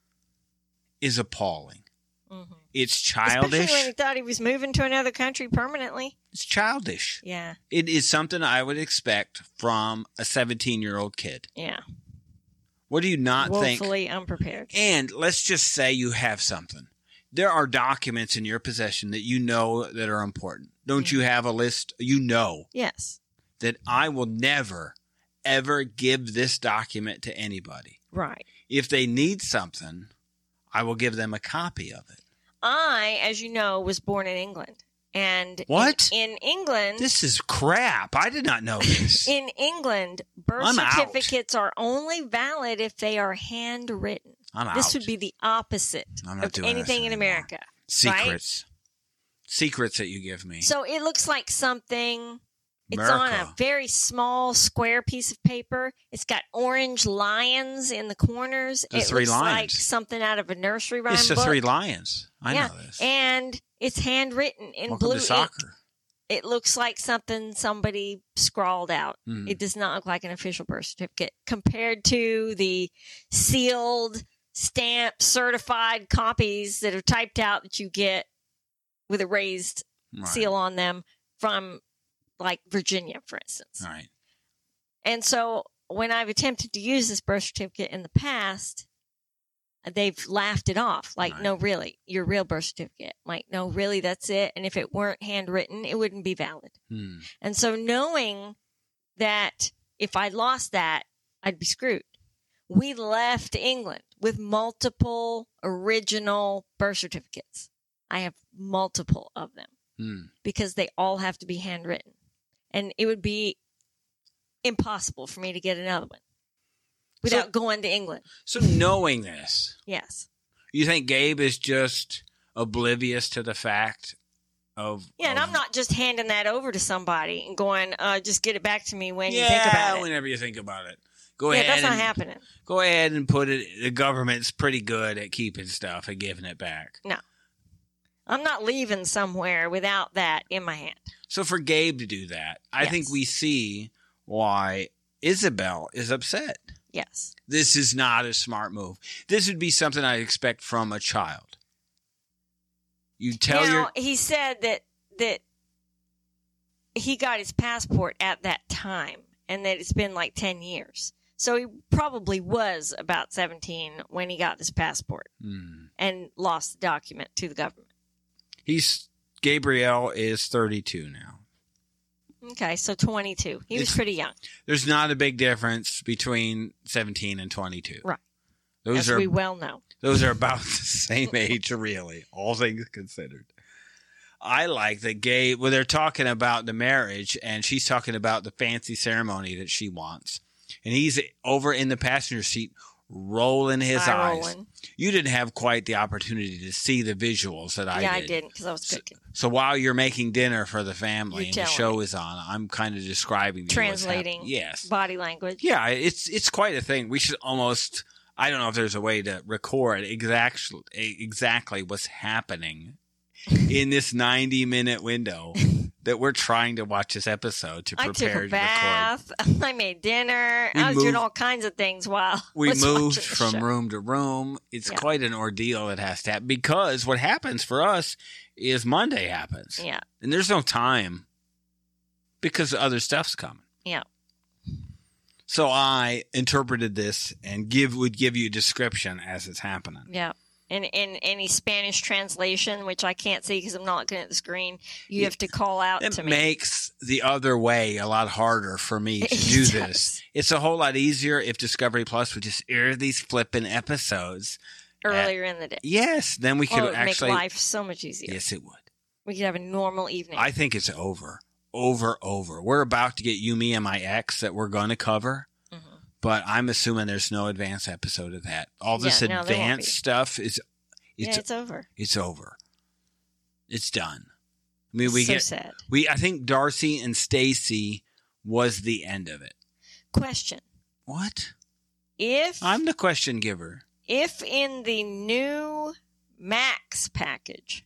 Speaker 2: is appalling.
Speaker 1: hmm
Speaker 2: It's
Speaker 1: Especially when
Speaker 2: childish.
Speaker 1: he thought he was moving to another country permanently.
Speaker 2: It's childish.
Speaker 1: Yeah.
Speaker 2: It is something I would expect from a 17 year old kid.
Speaker 1: Yeah.
Speaker 2: What do you not think?
Speaker 1: Woefully unprepared.
Speaker 2: And let's just say you have something. There are documents in your possession that you know that are important. Don't you have a list? You know
Speaker 1: yes.
Speaker 2: that I will never, ever give this document to anybody.
Speaker 1: Right.
Speaker 2: If they need something, I will give them a copy of it.
Speaker 1: I, as you know, was born in England. And in-
Speaker 2: What?
Speaker 1: In, England,
Speaker 2: This is crap. I did not know this.
Speaker 1: in England, birth
Speaker 2: I'm out.
Speaker 1: certificates are only valid if they are handwritten.
Speaker 2: I'm out.
Speaker 1: This would be the opposite
Speaker 2: I'm not
Speaker 1: of
Speaker 2: doing this
Speaker 1: anything in
Speaker 2: anymore.
Speaker 1: America. right?
Speaker 2: secrets. Secrets that you give me.
Speaker 1: So it looks like something. It's on
Speaker 2: America.
Speaker 1: a very small square piece of paper. It's got orange lions in the corners.
Speaker 2: The
Speaker 1: it
Speaker 2: three
Speaker 1: looks like
Speaker 2: lions.
Speaker 1: something out of a nursery rhyme
Speaker 2: it's the
Speaker 1: book.
Speaker 2: Three Lions. I
Speaker 1: Yeah.
Speaker 2: know this.
Speaker 1: And it's handwritten in
Speaker 2: Welcome
Speaker 1: blue
Speaker 2: to
Speaker 1: ink.
Speaker 2: soccer.
Speaker 1: It looks like something somebody scrawled out.
Speaker 2: Mm.
Speaker 1: It does not look like an official birth certificate compared to the sealed, stamped, certified copies that are typed out that you get with a raised
Speaker 2: Right.
Speaker 1: seal on them from like Virginia, for instance.
Speaker 2: All right.
Speaker 1: And so when I've attempted to use this birth certificate in the past, they've laughed it off. Like,
Speaker 2: Right.
Speaker 1: no, really, your real birth certificate. Like, no, really, that's it. And if it weren't handwritten, it wouldn't be valid.
Speaker 2: Hmm.
Speaker 1: And so knowing that if I lost that, I'd be screwed. We left England with multiple original birth certificates. I have multiple of them
Speaker 2: Hmm.
Speaker 1: because they all have to be handwritten. And it would be impossible for me to get another one without going to England.
Speaker 2: So knowing this,
Speaker 1: Yes.
Speaker 2: you think Gabe is just oblivious to the fact of
Speaker 1: Yeah, and
Speaker 2: of-
Speaker 1: I'm not just handing that over to somebody and going, uh, just get it back to me when
Speaker 2: yeah,
Speaker 1: you think about it.
Speaker 2: whenever you think about it. Go
Speaker 1: yeah,
Speaker 2: ahead.
Speaker 1: that's not
Speaker 2: and,
Speaker 1: happening.
Speaker 2: Go ahead and put it. The government's pretty good at keeping stuff and giving it back.
Speaker 1: I'm not leaving somewhere without that in my hand.
Speaker 2: So for Gabe to do that, I think
Speaker 1: Yes.
Speaker 2: we see why Isabel is upset.
Speaker 1: Yes.
Speaker 2: This is not a smart move. This would be something I expect from a child. You tell
Speaker 1: now
Speaker 2: your
Speaker 1: he said that that he got his passport at that time, and that it's been like ten years. So he probably was about seventeen when he got this passport
Speaker 2: Hmm.
Speaker 1: and lost the document to the government.
Speaker 2: he's Gabriel is 32 now.
Speaker 1: Okay, so twenty-two. He was
Speaker 2: It's-
Speaker 1: pretty young,
Speaker 2: There's not a big difference between 17 and 22.
Speaker 1: Right.
Speaker 2: Those
Speaker 1: as
Speaker 2: are
Speaker 1: we well know.
Speaker 2: Those are about the same age, really, all things considered. I like that gay, well, they're talking about the marriage, and she's talking about the fancy ceremony that she wants. And he's over in the passenger seat, rolling his
Speaker 1: Eye
Speaker 2: eyes.
Speaker 1: rolling.
Speaker 2: You didn't have quite the opportunity to see the visuals that I
Speaker 1: yeah,
Speaker 2: did.
Speaker 1: I didn't because I was cooking,
Speaker 2: So while you're making dinner for the
Speaker 1: You're
Speaker 2: family and the
Speaker 1: telling
Speaker 2: show is on, I'm kind of describing to you what's happening.
Speaker 1: translating
Speaker 2: Yes.
Speaker 1: body language.
Speaker 2: Yeah, it's it's quite a thing. We should almost I don't know if there's a way to record exactly exactly what's happening in this 90 minute window that we're trying to watch this episode to
Speaker 1: I took
Speaker 2: prepare
Speaker 1: a
Speaker 2: to record.
Speaker 1: bath. I made dinner.
Speaker 2: We
Speaker 1: I was doing
Speaker 2: moved-
Speaker 1: all kinds of things while
Speaker 2: We
Speaker 1: I was
Speaker 2: moved
Speaker 1: watching the
Speaker 2: from
Speaker 1: show.
Speaker 2: room to room. It's
Speaker 1: Yeah.
Speaker 2: quite an ordeal that has to happen because what happens for us is Monday happens.
Speaker 1: yeah,
Speaker 2: And there's no time because the other stuff's coming.
Speaker 1: Yeah.
Speaker 2: So I interpreted this and give would give you a description as it's happening.
Speaker 1: yeah. And in any Spanish translation, which I can't see because I'm not looking at the screen, you
Speaker 2: Yeah.
Speaker 1: have to call out
Speaker 2: It
Speaker 1: to me.
Speaker 2: makes the other way a lot harder for me to
Speaker 1: It
Speaker 2: do
Speaker 1: does.
Speaker 2: this. It's a whole lot easier if Discovery Plus would just air these flipping episodes.
Speaker 1: earlier in the day.
Speaker 2: Yes, then we could
Speaker 1: oh, it would
Speaker 2: actually.
Speaker 1: make life so much easier.
Speaker 2: yes, it would.
Speaker 1: We could have a normal evening.
Speaker 2: I think it's over, over, over. We're about to get you, me, and my ex that we're going to cover.
Speaker 1: Mhm.
Speaker 2: but I'm assuming there's no advanced episode of that. All this
Speaker 1: Yeah, no, there won't
Speaker 2: advanced
Speaker 1: be.
Speaker 2: stuff is it's
Speaker 1: yeah, it's over.
Speaker 2: it's over. It's done. I mean, we
Speaker 1: so
Speaker 2: get
Speaker 1: sad.
Speaker 2: we. I think Darcy and Stacy was the end of it.
Speaker 1: Question:
Speaker 2: What?
Speaker 1: If
Speaker 2: I'm the question giver.
Speaker 1: if in the new Max package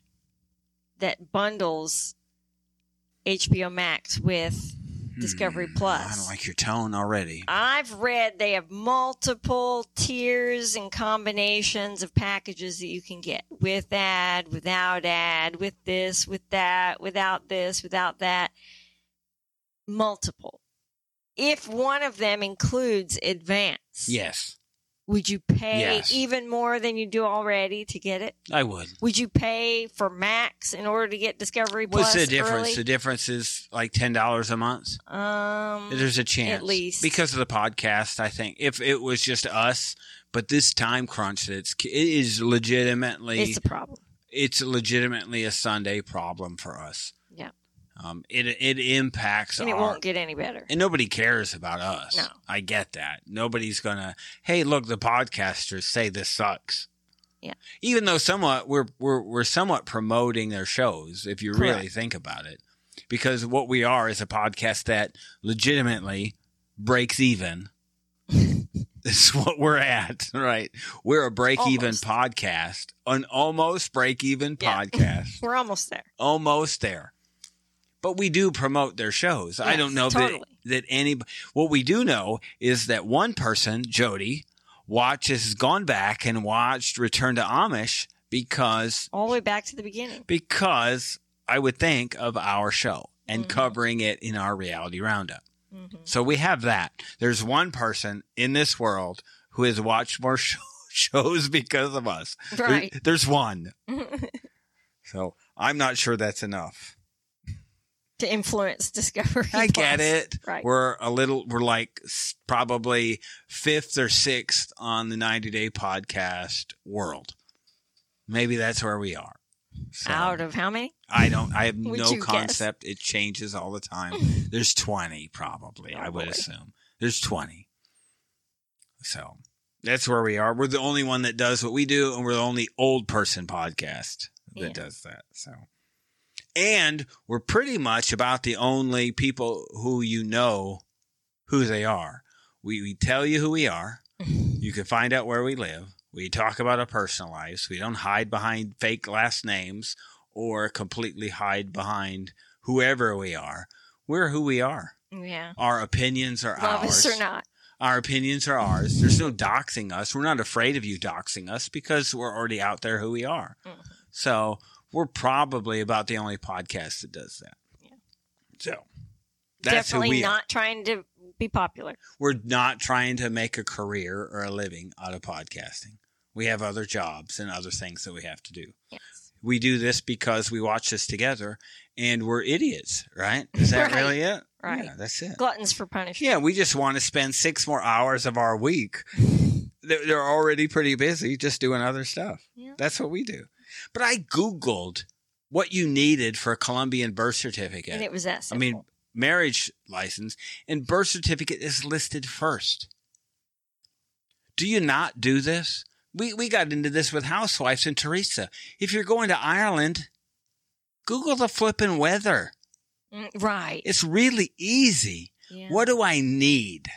Speaker 1: that bundles HBO Max with Discovery
Speaker 2: Hmm, I
Speaker 1: Plus.
Speaker 2: don't like your tone already.
Speaker 1: I've read they have multiple tiers and combinations of packages that you can get with ad, without ad, with this, with that, without this, without that. Multiple. If one of them includes advance,
Speaker 2: Yes,
Speaker 1: would you pay
Speaker 2: Yes.
Speaker 1: even more than you do already to get it?
Speaker 2: I would.
Speaker 1: Would you pay for Max in order to get Discovery
Speaker 2: What's
Speaker 1: Plus?
Speaker 2: the difference? The
Speaker 1: early?
Speaker 2: difference is like ten dollars a month.
Speaker 1: Um,
Speaker 2: There's a chance,
Speaker 1: least.
Speaker 2: because of the podcast. I think if it was just us, but this time crunch, that's it is legitimately
Speaker 1: it's a problem.
Speaker 2: it's legitimately a Sunday problem for us.
Speaker 1: Yeah.
Speaker 2: Um, it it impacts
Speaker 1: And it
Speaker 2: our
Speaker 1: won't get any better.
Speaker 2: and nobody cares about us.
Speaker 1: No.
Speaker 2: I get that. Nobody's gonna. Hey, look, the podcasters say this sucks.
Speaker 1: Yeah.
Speaker 2: Even though somewhat we're we're we're somewhat promoting their shows if you really
Speaker 1: Correct.
Speaker 2: think about it, because what we are is a podcast that legitimately breaks even. That's what we're at, right? We're a break-even
Speaker 1: Almost.
Speaker 2: podcast, an almost break-even
Speaker 1: Yeah.
Speaker 2: podcast
Speaker 1: We're almost there.
Speaker 2: almost there. But we do promote their shows. I
Speaker 1: Yes,
Speaker 2: don't know
Speaker 1: totally.
Speaker 2: that that any. What we do know is that one person, Jody, watches has gone back and watched Return to Amish because
Speaker 1: all the way back to the beginning.
Speaker 2: because I would think of our show and
Speaker 1: Mhm.
Speaker 2: covering it in our reality roundup.
Speaker 1: hmm
Speaker 2: So we have that. There's one person in this world who has watched more show, shows because of us. There-
Speaker 1: Right.
Speaker 2: there's one.
Speaker 1: to
Speaker 2: So I'm not sure that's enough.
Speaker 1: influence discovery.
Speaker 2: I get
Speaker 1: Plus.
Speaker 2: it.
Speaker 1: Right.
Speaker 2: We're a little, we're like s- probably fifth or sixth on the 90 day podcast world. Maybe that's where we are. So,
Speaker 1: Out of how many?
Speaker 2: I don't, I have
Speaker 1: Would
Speaker 2: no
Speaker 1: you guess?
Speaker 2: concept. It changes all the time. There's 20 probably, I would
Speaker 1: Probably.
Speaker 2: assume. There's 20. So that's where we are. We're the only one that does what we do, and we're the only old person podcast that
Speaker 1: Yeah.
Speaker 2: does that. So, and we're pretty much about the only people who you know who they are. We, we tell you who we are. You can find out where we live. We talk about our personal lives. We don't hide behind fake last names or completely hide behind whoever we are. We're who we are.
Speaker 1: Yeah.
Speaker 2: Our opinions are
Speaker 1: Love
Speaker 2: ours.
Speaker 1: us or not.
Speaker 2: Our opinions are ours. There's no doxing us. We're not afraid of you doxing us because we're already out there who we are.
Speaker 1: Mhm.
Speaker 2: So we're probably about the only podcast that does that.
Speaker 1: Yeah.
Speaker 2: So that's
Speaker 1: Definitely
Speaker 2: who we are.
Speaker 1: not trying to be popular.
Speaker 2: We're not trying to make a career or a living out of podcasting. We have other jobs and other things that we have to do
Speaker 1: Yes.
Speaker 2: we do this because we watch this together and we're idiots, right? Is that
Speaker 1: Right.
Speaker 2: really it?
Speaker 1: Right.
Speaker 2: Yeah, that's it.
Speaker 1: Gluttons for punishment.
Speaker 2: Yeah, we just want to spend six more hours of our week. They're they're already pretty busy just doing other stuff.
Speaker 1: Yeah.
Speaker 2: That's what we do. But I Googled what you needed for a Colombian birth certificate.
Speaker 1: And it was that
Speaker 2: I
Speaker 1: simple.
Speaker 2: mean, marriage license and birth certificate is listed first. Do you not do this? We, we got into this with housewives and Teresa. If you're going to Ireland, Google the flippin' weather.
Speaker 1: Mm, right.
Speaker 2: It's really easy.
Speaker 1: Yeah.
Speaker 2: What do I need?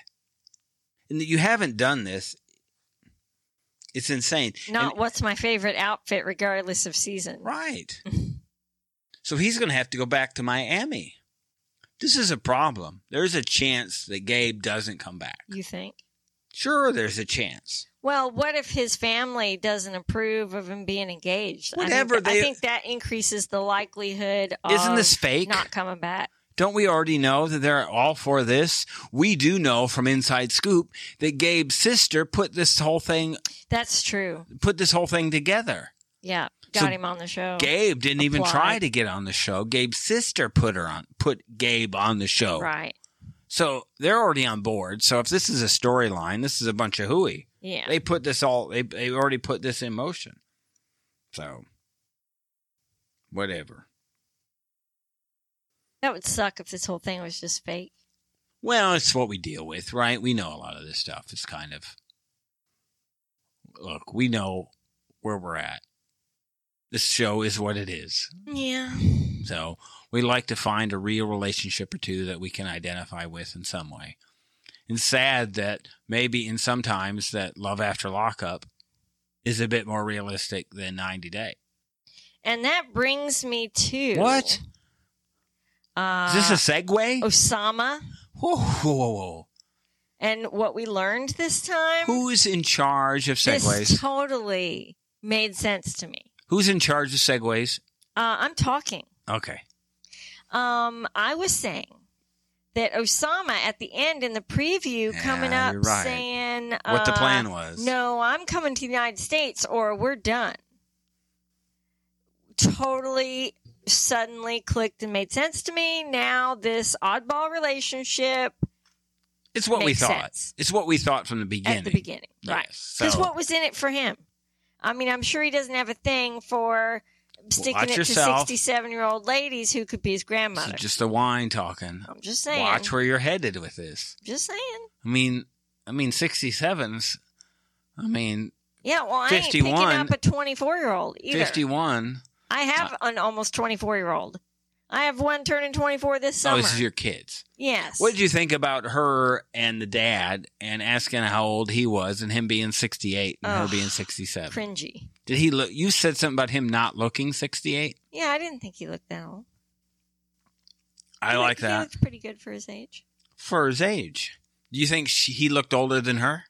Speaker 2: And you haven't done this. It's insane.
Speaker 1: Not
Speaker 2: And-
Speaker 1: what's my favorite outfit, regardless of season.
Speaker 2: Right. so he's going to have to go back to Miami. This is a problem. There's a chance that Gabe doesn't come back.
Speaker 1: You think?
Speaker 2: Sure, there's a chance.
Speaker 1: Well, what if his family doesn't approve of him being engaged?
Speaker 2: Whatever,
Speaker 1: I think, th-
Speaker 2: they-
Speaker 1: I think that increases the likelihood of
Speaker 2: Isn't this fake?
Speaker 1: not coming back.
Speaker 2: Don't we already know that they're all for this? We do know from inside scoop that Gabe's sister put this whole thing
Speaker 1: That's true.
Speaker 2: put this whole thing together.
Speaker 1: Yeah, got
Speaker 2: So
Speaker 1: him on the show.
Speaker 2: Gabe didn't even
Speaker 1: Applied.
Speaker 2: try to get on the show. Gabe's sister put her on put Gabe on the show.
Speaker 1: Right.
Speaker 2: So they're already on board. So if this is a storyline, this is a bunch of hooey.
Speaker 1: Yeah.
Speaker 2: they put this all they they already put this in motion. So whatever.
Speaker 1: that would suck if this whole thing was just fake.
Speaker 2: Well, it's what we deal with, right? We know a lot of this stuff. It's kind of look, we know where we're at. This show is what it is.
Speaker 1: Yeah.
Speaker 2: So we like to find a real relationship or two that we can identify with in some way. And sad that maybe in sometimes that love after lockup is a bit more realistic than 90 day.
Speaker 1: And that brings me to
Speaker 2: What?
Speaker 1: Uh,
Speaker 2: Is this a segue?
Speaker 1: Osama
Speaker 2: Whoa, whoa, whoa, whoa.
Speaker 1: and what we learned this time?
Speaker 2: Who is in charge of
Speaker 1: Um, This
Speaker 2: segways?
Speaker 1: totally made sense to me.
Speaker 2: Who's in charge of segways?
Speaker 1: Uh, I'm talking.
Speaker 2: Okay.
Speaker 1: Um, I was saying that Osama at the end in the preview
Speaker 2: Yeah,
Speaker 1: coming up
Speaker 2: you're right.
Speaker 1: saying
Speaker 2: What the
Speaker 1: uh,
Speaker 2: plan was.
Speaker 1: No, I'm coming to the United States or we're done. Totally suddenly clicked and made sense to me. Now this oddball relationship
Speaker 2: It's what we
Speaker 1: makes
Speaker 2: thought.
Speaker 1: sense.
Speaker 2: It's what we thought from the beginning.
Speaker 1: at the beginning. Right.
Speaker 2: Yes,
Speaker 1: Because
Speaker 2: so-
Speaker 1: what was in it for him? I mean, I'm sure he doesn't have a thing for sticking
Speaker 2: Watch
Speaker 1: it
Speaker 2: yourself.
Speaker 1: to 67 year old ladies who could be his
Speaker 2: This is
Speaker 1: grandmother.
Speaker 2: just the wine talking.
Speaker 1: I'm just saying.
Speaker 2: Watch where you're headed with this.
Speaker 1: Just saying.
Speaker 2: I mean, I mean, 67s. I mean,
Speaker 1: Yeah, well, I ain't picking
Speaker 2: 51
Speaker 1: up a 24 year old either.
Speaker 2: 51.
Speaker 1: I
Speaker 2: Uh,
Speaker 1: have an almost 24 year old. I have one turning 24 this summer.
Speaker 2: Oh, this is your kids.
Speaker 1: yes.
Speaker 2: What did you think about her and the dad and asking how old he was and him being 68 and
Speaker 1: Ugh,
Speaker 2: her being 67?
Speaker 1: Cringy.
Speaker 2: Did he look? You said something about him not looking 68.
Speaker 1: Yeah, I didn't think he looked that old.
Speaker 2: I
Speaker 1: He
Speaker 2: like
Speaker 1: looked- He
Speaker 2: that
Speaker 1: looked pretty good for his age.
Speaker 2: for his age. Do you think she, he looked older than her?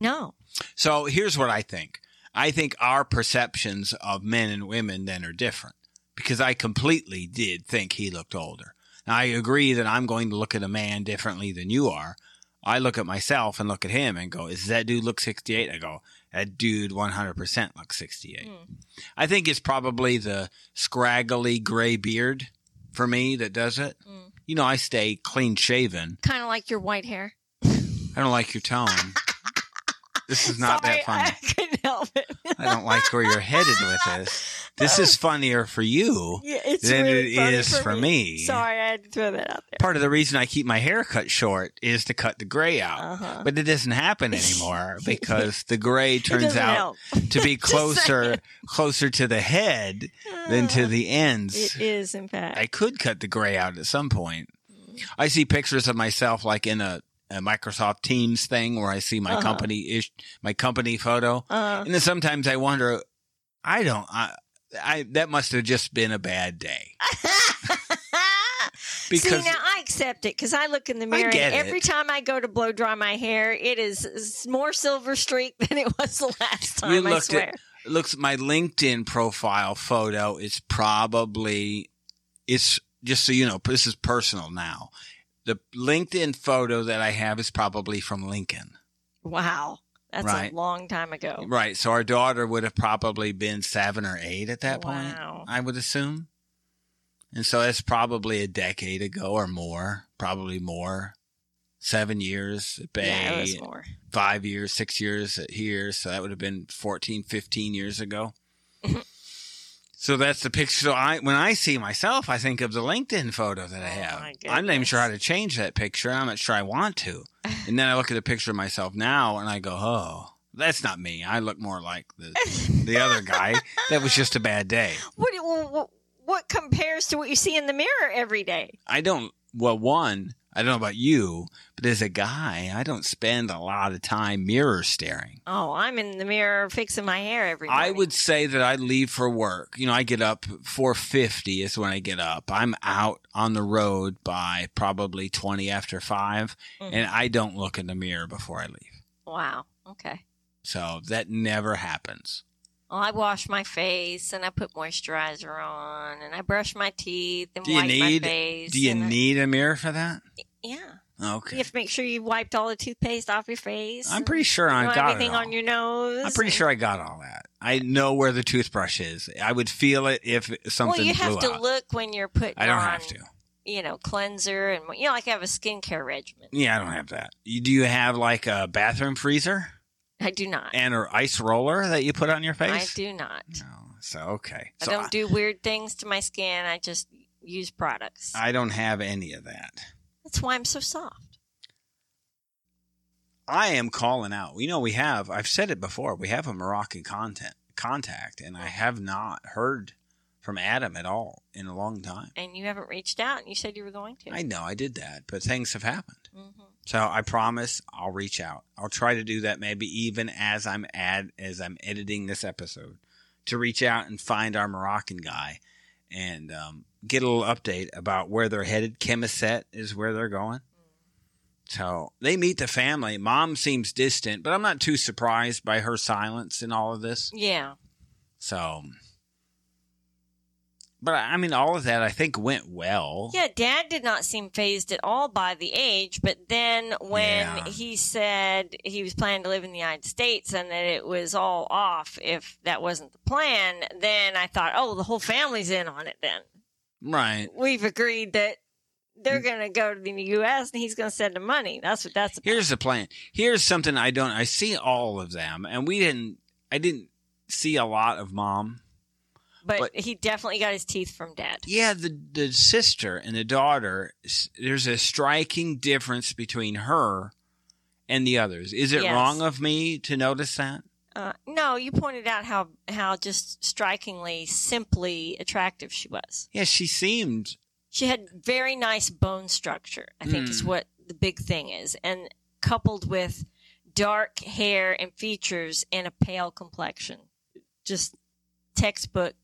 Speaker 1: No.
Speaker 2: So here's what I think. I think our perceptions of men and women then are different because I completely did think he looked older. Now, I agree that I'm going to look at a man differently than you are. I look at myself and look at him and go, "Is that dude look 68?" I go, "That dude 100% looks 68."
Speaker 1: Mm.
Speaker 2: I think it's probably the scraggly gray beard for me that does it.
Speaker 1: Mm.
Speaker 2: You know, I stay clean shaven.
Speaker 1: Kind of like your white hair.
Speaker 2: I don't like your tone. this is not
Speaker 1: Sorry,
Speaker 2: that funny.
Speaker 1: I couldn't help it.
Speaker 2: I don't like where you're headed with this. This is funnier for you
Speaker 1: Yeah, it's
Speaker 2: than
Speaker 1: really
Speaker 2: it
Speaker 1: funny
Speaker 2: is
Speaker 1: for me. Sorry, I had to throw that out there.
Speaker 2: Part of the reason I keep my hair cut short is to cut the gray out.
Speaker 1: Uh-huh.
Speaker 2: Uh, But it doesn't happen anymore because the gray
Speaker 1: it
Speaker 2: turns
Speaker 1: doesn't
Speaker 2: out
Speaker 1: help.
Speaker 2: to be closer
Speaker 1: saying.
Speaker 2: closer to the head than to the ends.
Speaker 1: Uh-huh. It is, in fact. Mm-hmm.
Speaker 2: I could cut the gray out at some point. I see pictures of myself like in a a Microsoft Teams thing where I see my
Speaker 1: Uh-huh.
Speaker 2: company ish, my company photo,
Speaker 1: Uh,
Speaker 2: and then sometimes I wonder, I don't, I, I that must have just been a bad day
Speaker 1: Uh-huh.
Speaker 2: because
Speaker 1: See now, I accept it because I look in the mirror
Speaker 2: get
Speaker 1: and
Speaker 2: it.
Speaker 1: every time I go to blow dry my hair, it is s- more silver streak than it was the last time. I
Speaker 2: looked
Speaker 1: swear.
Speaker 2: at- looks my LinkedIn profile photo is probably it's just so you know this is personal now. The LinkedIn photo that I have is probably from Lincoln.
Speaker 1: wow, that's
Speaker 2: Right.
Speaker 1: a long time ago.
Speaker 2: Right. So our daughter would have probably been seven or eight at that point,
Speaker 1: Wow.
Speaker 2: I would assume. And so that's probably a decade ago or more, probably more. Seven years at Bay,
Speaker 1: Yeah, it was more.
Speaker 2: five years, six years at here. So that would have been 14, 15 years ago.
Speaker 1: Mm-hmm.
Speaker 2: so that's the picture. So I, when I see myself, I think of the LinkedIn photo that I
Speaker 1: Oh,
Speaker 2: have.
Speaker 1: my
Speaker 2: I'm not even
Speaker 1: goodness.
Speaker 2: sure how to change that picture. I'm not sure I want to. And then I look at a picture of myself now and I go, oh, that's not me. I look more like the, the other guy. That was just a bad day.
Speaker 1: What, what what compares to what you see in the mirror every day?
Speaker 2: I don't, well, one, I don't know about you, but as a guy, I don't spend a lot of time mirror staring.
Speaker 1: Oh, I'm in the mirror fixing my hair every.
Speaker 2: I
Speaker 1: Morning.
Speaker 2: would say that I leave for work. You know, I get up 4:50 is when I get up. I'm out on the road by probably 20 after 5
Speaker 1: Mhm.
Speaker 2: and I don't look in the mirror before I leave.
Speaker 1: Wow. Okay.
Speaker 2: So that never happens.
Speaker 1: Well, I wash my face and I put moisturizer on and I brush my teeth and
Speaker 2: Do you
Speaker 1: wipe
Speaker 2: need-
Speaker 1: my face.
Speaker 2: Do you
Speaker 1: and I-
Speaker 2: need a mirror for that?
Speaker 1: yeah. You
Speaker 2: Okay.
Speaker 1: have to make sure you wiped all the toothpaste off your face.
Speaker 2: I'm pretty sure I
Speaker 1: You want
Speaker 2: got
Speaker 1: everything
Speaker 2: it all.
Speaker 1: on your nose.
Speaker 2: I'm pretty sure I got all that. I know where the toothbrush is. I would feel it if something
Speaker 1: well, you
Speaker 2: blew
Speaker 1: have to
Speaker 2: out.
Speaker 1: look when you're putting
Speaker 2: I don't
Speaker 1: on,
Speaker 2: have to.
Speaker 1: you know, cleanser and you know, like I have a skincare regimen.
Speaker 2: Yeah, I don't have that. You- Do you have like a bathroom freezer?
Speaker 1: I do not.
Speaker 2: and an ice roller that you put on your
Speaker 1: I
Speaker 2: face?
Speaker 1: do not.
Speaker 2: No. So okay. So
Speaker 1: I
Speaker 2: I
Speaker 1: don't do weird things to my skin. I just use products.
Speaker 2: I don't have any of that.
Speaker 1: That's why I'm so soft.
Speaker 2: I am calling out. You know, we have. I've said it before. We have a Moroccan content contact, and I have not heard from Adam at all in a long time.
Speaker 1: And you haven't reached out. and You said you were going to.
Speaker 2: I know I did that, but things have happened.
Speaker 1: hmm
Speaker 2: So I promise I'll reach out. I'll try to do that maybe even as I'm ad as I'm editing this episode to reach out and find our Moroccan guy and um, get a little update about where they're headed. Chemiset is where they're going. So they meet the family. Mom seems distant, but I'm not too surprised by her silence in all of this.
Speaker 1: Yeah.
Speaker 2: So, but I I mean, all of that I think went well.
Speaker 1: Yeah, dad did not seem phased at all by the age, but then when
Speaker 2: Yeah.
Speaker 1: he said he was planning to live in the United States and that it was all off if that wasn't the plan, then I thought, oh, the whole family's in on it then.
Speaker 2: Right.
Speaker 1: We've agreed that they're
Speaker 2: Mm.
Speaker 1: going to go to the U.S. and he's going to send them money. That's what that's about.
Speaker 2: here's the plan here's something i don't i see all of them and we didn't i didn't see a lot of mom
Speaker 1: but,
Speaker 2: but-
Speaker 1: he definitely got his teeth from dad.
Speaker 2: yeah the the sister and the daughter s- there's a striking difference between her and the others is it
Speaker 1: Yes.
Speaker 2: wrong of me to notice that
Speaker 1: Uh, no, you pointed out how, how just strikingly, simply attractive she was.
Speaker 2: yeah she seemed
Speaker 1: She had very nice bone structure, I think is
Speaker 2: Mm.
Speaker 1: what the big thing is. And coupled with dark hair and features and a pale complexion. Just textbook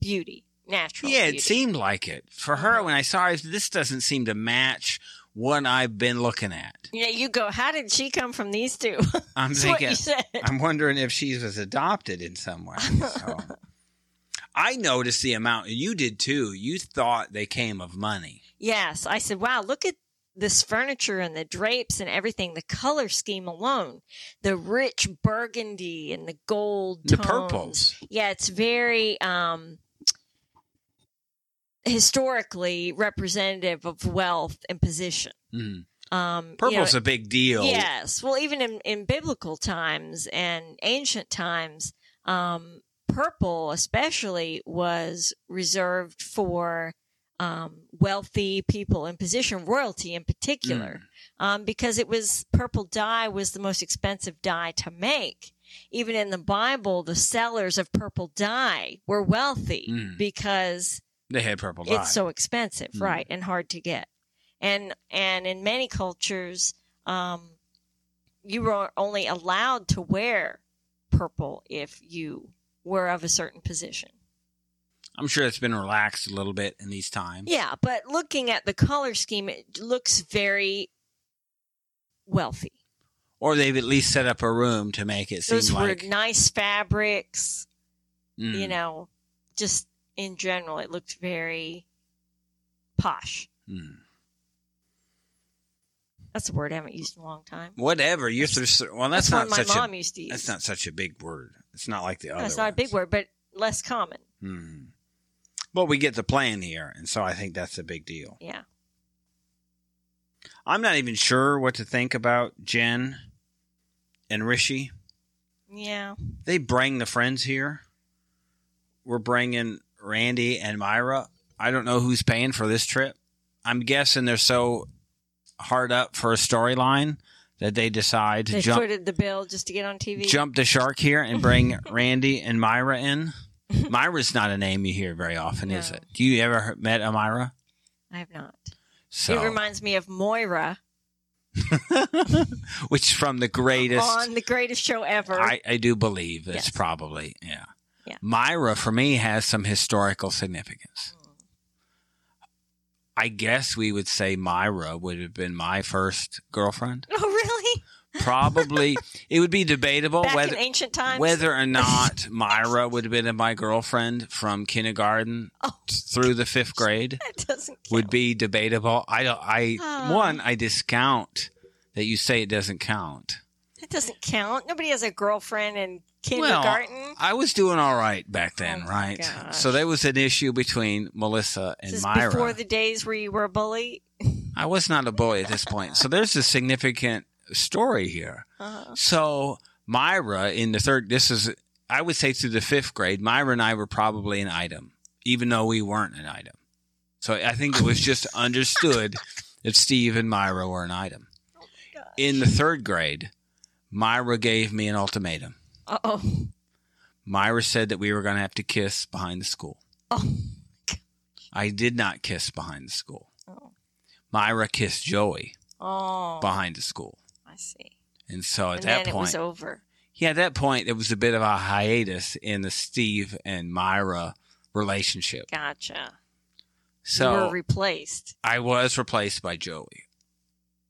Speaker 1: beauty, natural.
Speaker 2: yeah
Speaker 1: beauty.
Speaker 2: it seemed like it for her
Speaker 1: Mhm.
Speaker 2: when i saw her this doesn't seem to match what i've been looking at
Speaker 1: You know, you go, how did she come from these two?
Speaker 2: i'm
Speaker 1: That's what
Speaker 2: thinking
Speaker 1: you said.
Speaker 2: I'm wondering if she was adopted in some way. So. I noticed the amount, and you did too. You thought they came of money.
Speaker 1: Yes. I said, wow, look at this furniture and the drapes and everything, the color scheme alone, the rich burgundy and the gold,
Speaker 2: The
Speaker 1: tones.
Speaker 2: purples.
Speaker 1: Yeah, it's very um, historically representative of wealth and position.
Speaker 2: Mm.
Speaker 1: Um, you know,
Speaker 2: Purple's a big deal.
Speaker 1: Yes. Well, even in, in biblical times and ancient times, um, purple especially was reserved for um, wealthy people in position, royalty in particular, um, because it was purple dye was the most expensive dye to make. Even in the Bible, the sellers of purple dye were wealthy
Speaker 2: Mm.
Speaker 1: because
Speaker 2: They had purple dye.
Speaker 1: it's so expensive
Speaker 2: Mm.
Speaker 1: right and hard to get and and in many cultures um, you were only allowed to wear purple if you were of a certain position.
Speaker 2: I'm sure it's been relaxed a little bit in these times.
Speaker 1: Yeah, but looking at the color scheme, it looks very wealthy.
Speaker 2: Or they've at least set up a room to make it seem
Speaker 1: Those were
Speaker 2: like
Speaker 1: nice fabrics,
Speaker 2: Mm,
Speaker 1: you know, just in general, it looked very posh.
Speaker 2: mm.
Speaker 1: That's a word I haven't used in a long time.
Speaker 2: whatever. You're through, well, that's,
Speaker 1: That's,
Speaker 2: not
Speaker 1: one my
Speaker 2: such
Speaker 1: mom
Speaker 2: a
Speaker 1: used to use.
Speaker 2: that's not such a big word. It's not like the
Speaker 1: No,
Speaker 2: other.
Speaker 1: it's not a big
Speaker 2: ones.
Speaker 1: word, but less common.
Speaker 2: Mm. But we get the plan here, and so I think that's a big deal.
Speaker 1: Yeah.
Speaker 2: I'm not even sure what to think about Jen and Rishi.
Speaker 1: Yeah.
Speaker 2: They bring the friends here. We're bringing Randy and Myra. I don't know who's paying for this trip. I'm guessing they're so hard up for a storyline that they decide to
Speaker 1: They
Speaker 2: jump
Speaker 1: footed the bill just to get on TV.
Speaker 2: jump the shark here and bring Randy and Myra in. Myra's not a name you hear very often, is
Speaker 1: No.
Speaker 2: it? Do you ever he- met a Myra?
Speaker 1: I have not.
Speaker 2: So,
Speaker 1: It reminds me of Moira
Speaker 2: which is from the greatest
Speaker 1: on the greatest show ever.
Speaker 2: I, I do believe it's
Speaker 1: Yes.
Speaker 2: probably yeah.
Speaker 1: Yeah.
Speaker 2: Myra for me has some historical significance. I guess we would say Myra would have been my first girlfriend.
Speaker 1: oh, really?
Speaker 2: Probably it would be debatable
Speaker 1: Back
Speaker 2: Oh, whether
Speaker 1: in ancient times?
Speaker 2: whether or not Myra would have been my girlfriend from kindergarten
Speaker 1: Oh.
Speaker 2: t- through the fifth grade
Speaker 1: That doesn't count.
Speaker 2: would be debatable. I don't- I
Speaker 1: Oh.
Speaker 2: one I discount that you say it doesn't count.
Speaker 1: That doesn't count. Nobody has a girlfriend in kindergarten.
Speaker 2: I was doing all right back then,
Speaker 1: Oh my
Speaker 2: right?
Speaker 1: gosh.
Speaker 2: So there was an issue between Melissa and
Speaker 1: this is
Speaker 2: Myra.
Speaker 1: before the days where you were a bully.
Speaker 2: I was not a bully at this point. So there's a significant story here.
Speaker 1: Uh-huh.
Speaker 2: So Myra in the third, this is, I would say through the fifth grade, Myra and I were probably an item, even though we weren't an item. So I think it was just understood that Steve and Myra were an item.
Speaker 1: gosh.
Speaker 2: in the third grade, Myra gave me an ultimatum.
Speaker 1: Uh oh.
Speaker 2: Myra said that we were going to have to kiss behind the school.
Speaker 1: Oh.
Speaker 2: I did not kiss behind the school.
Speaker 1: Oh.
Speaker 2: Myra kissed Joey
Speaker 1: Oh.
Speaker 2: behind the school.
Speaker 1: I see.
Speaker 2: And so at
Speaker 1: and
Speaker 2: that
Speaker 1: then it
Speaker 2: point,
Speaker 1: was over.
Speaker 2: yeah, at that point, it was a bit of a hiatus in the Steve and Myra relationship.
Speaker 1: Gotcha. you
Speaker 2: So
Speaker 1: were replaced.
Speaker 2: I was replaced by Joey.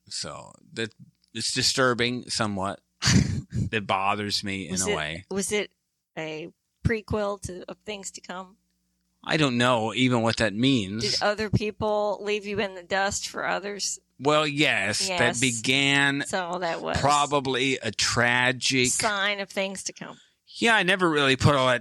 Speaker 2: So that it's disturbing somewhat. It bothers me in
Speaker 1: Was
Speaker 2: a
Speaker 1: it-
Speaker 2: way.
Speaker 1: Was it a prequel to of things to come?
Speaker 2: I don't know even what that means.
Speaker 1: Did uh, other people leave you in the dust for others?
Speaker 2: well, yes,
Speaker 1: Yes.
Speaker 2: that began
Speaker 1: So that was
Speaker 2: probably a tragic.
Speaker 1: sign of things to come.
Speaker 2: Yeah, I never really put all that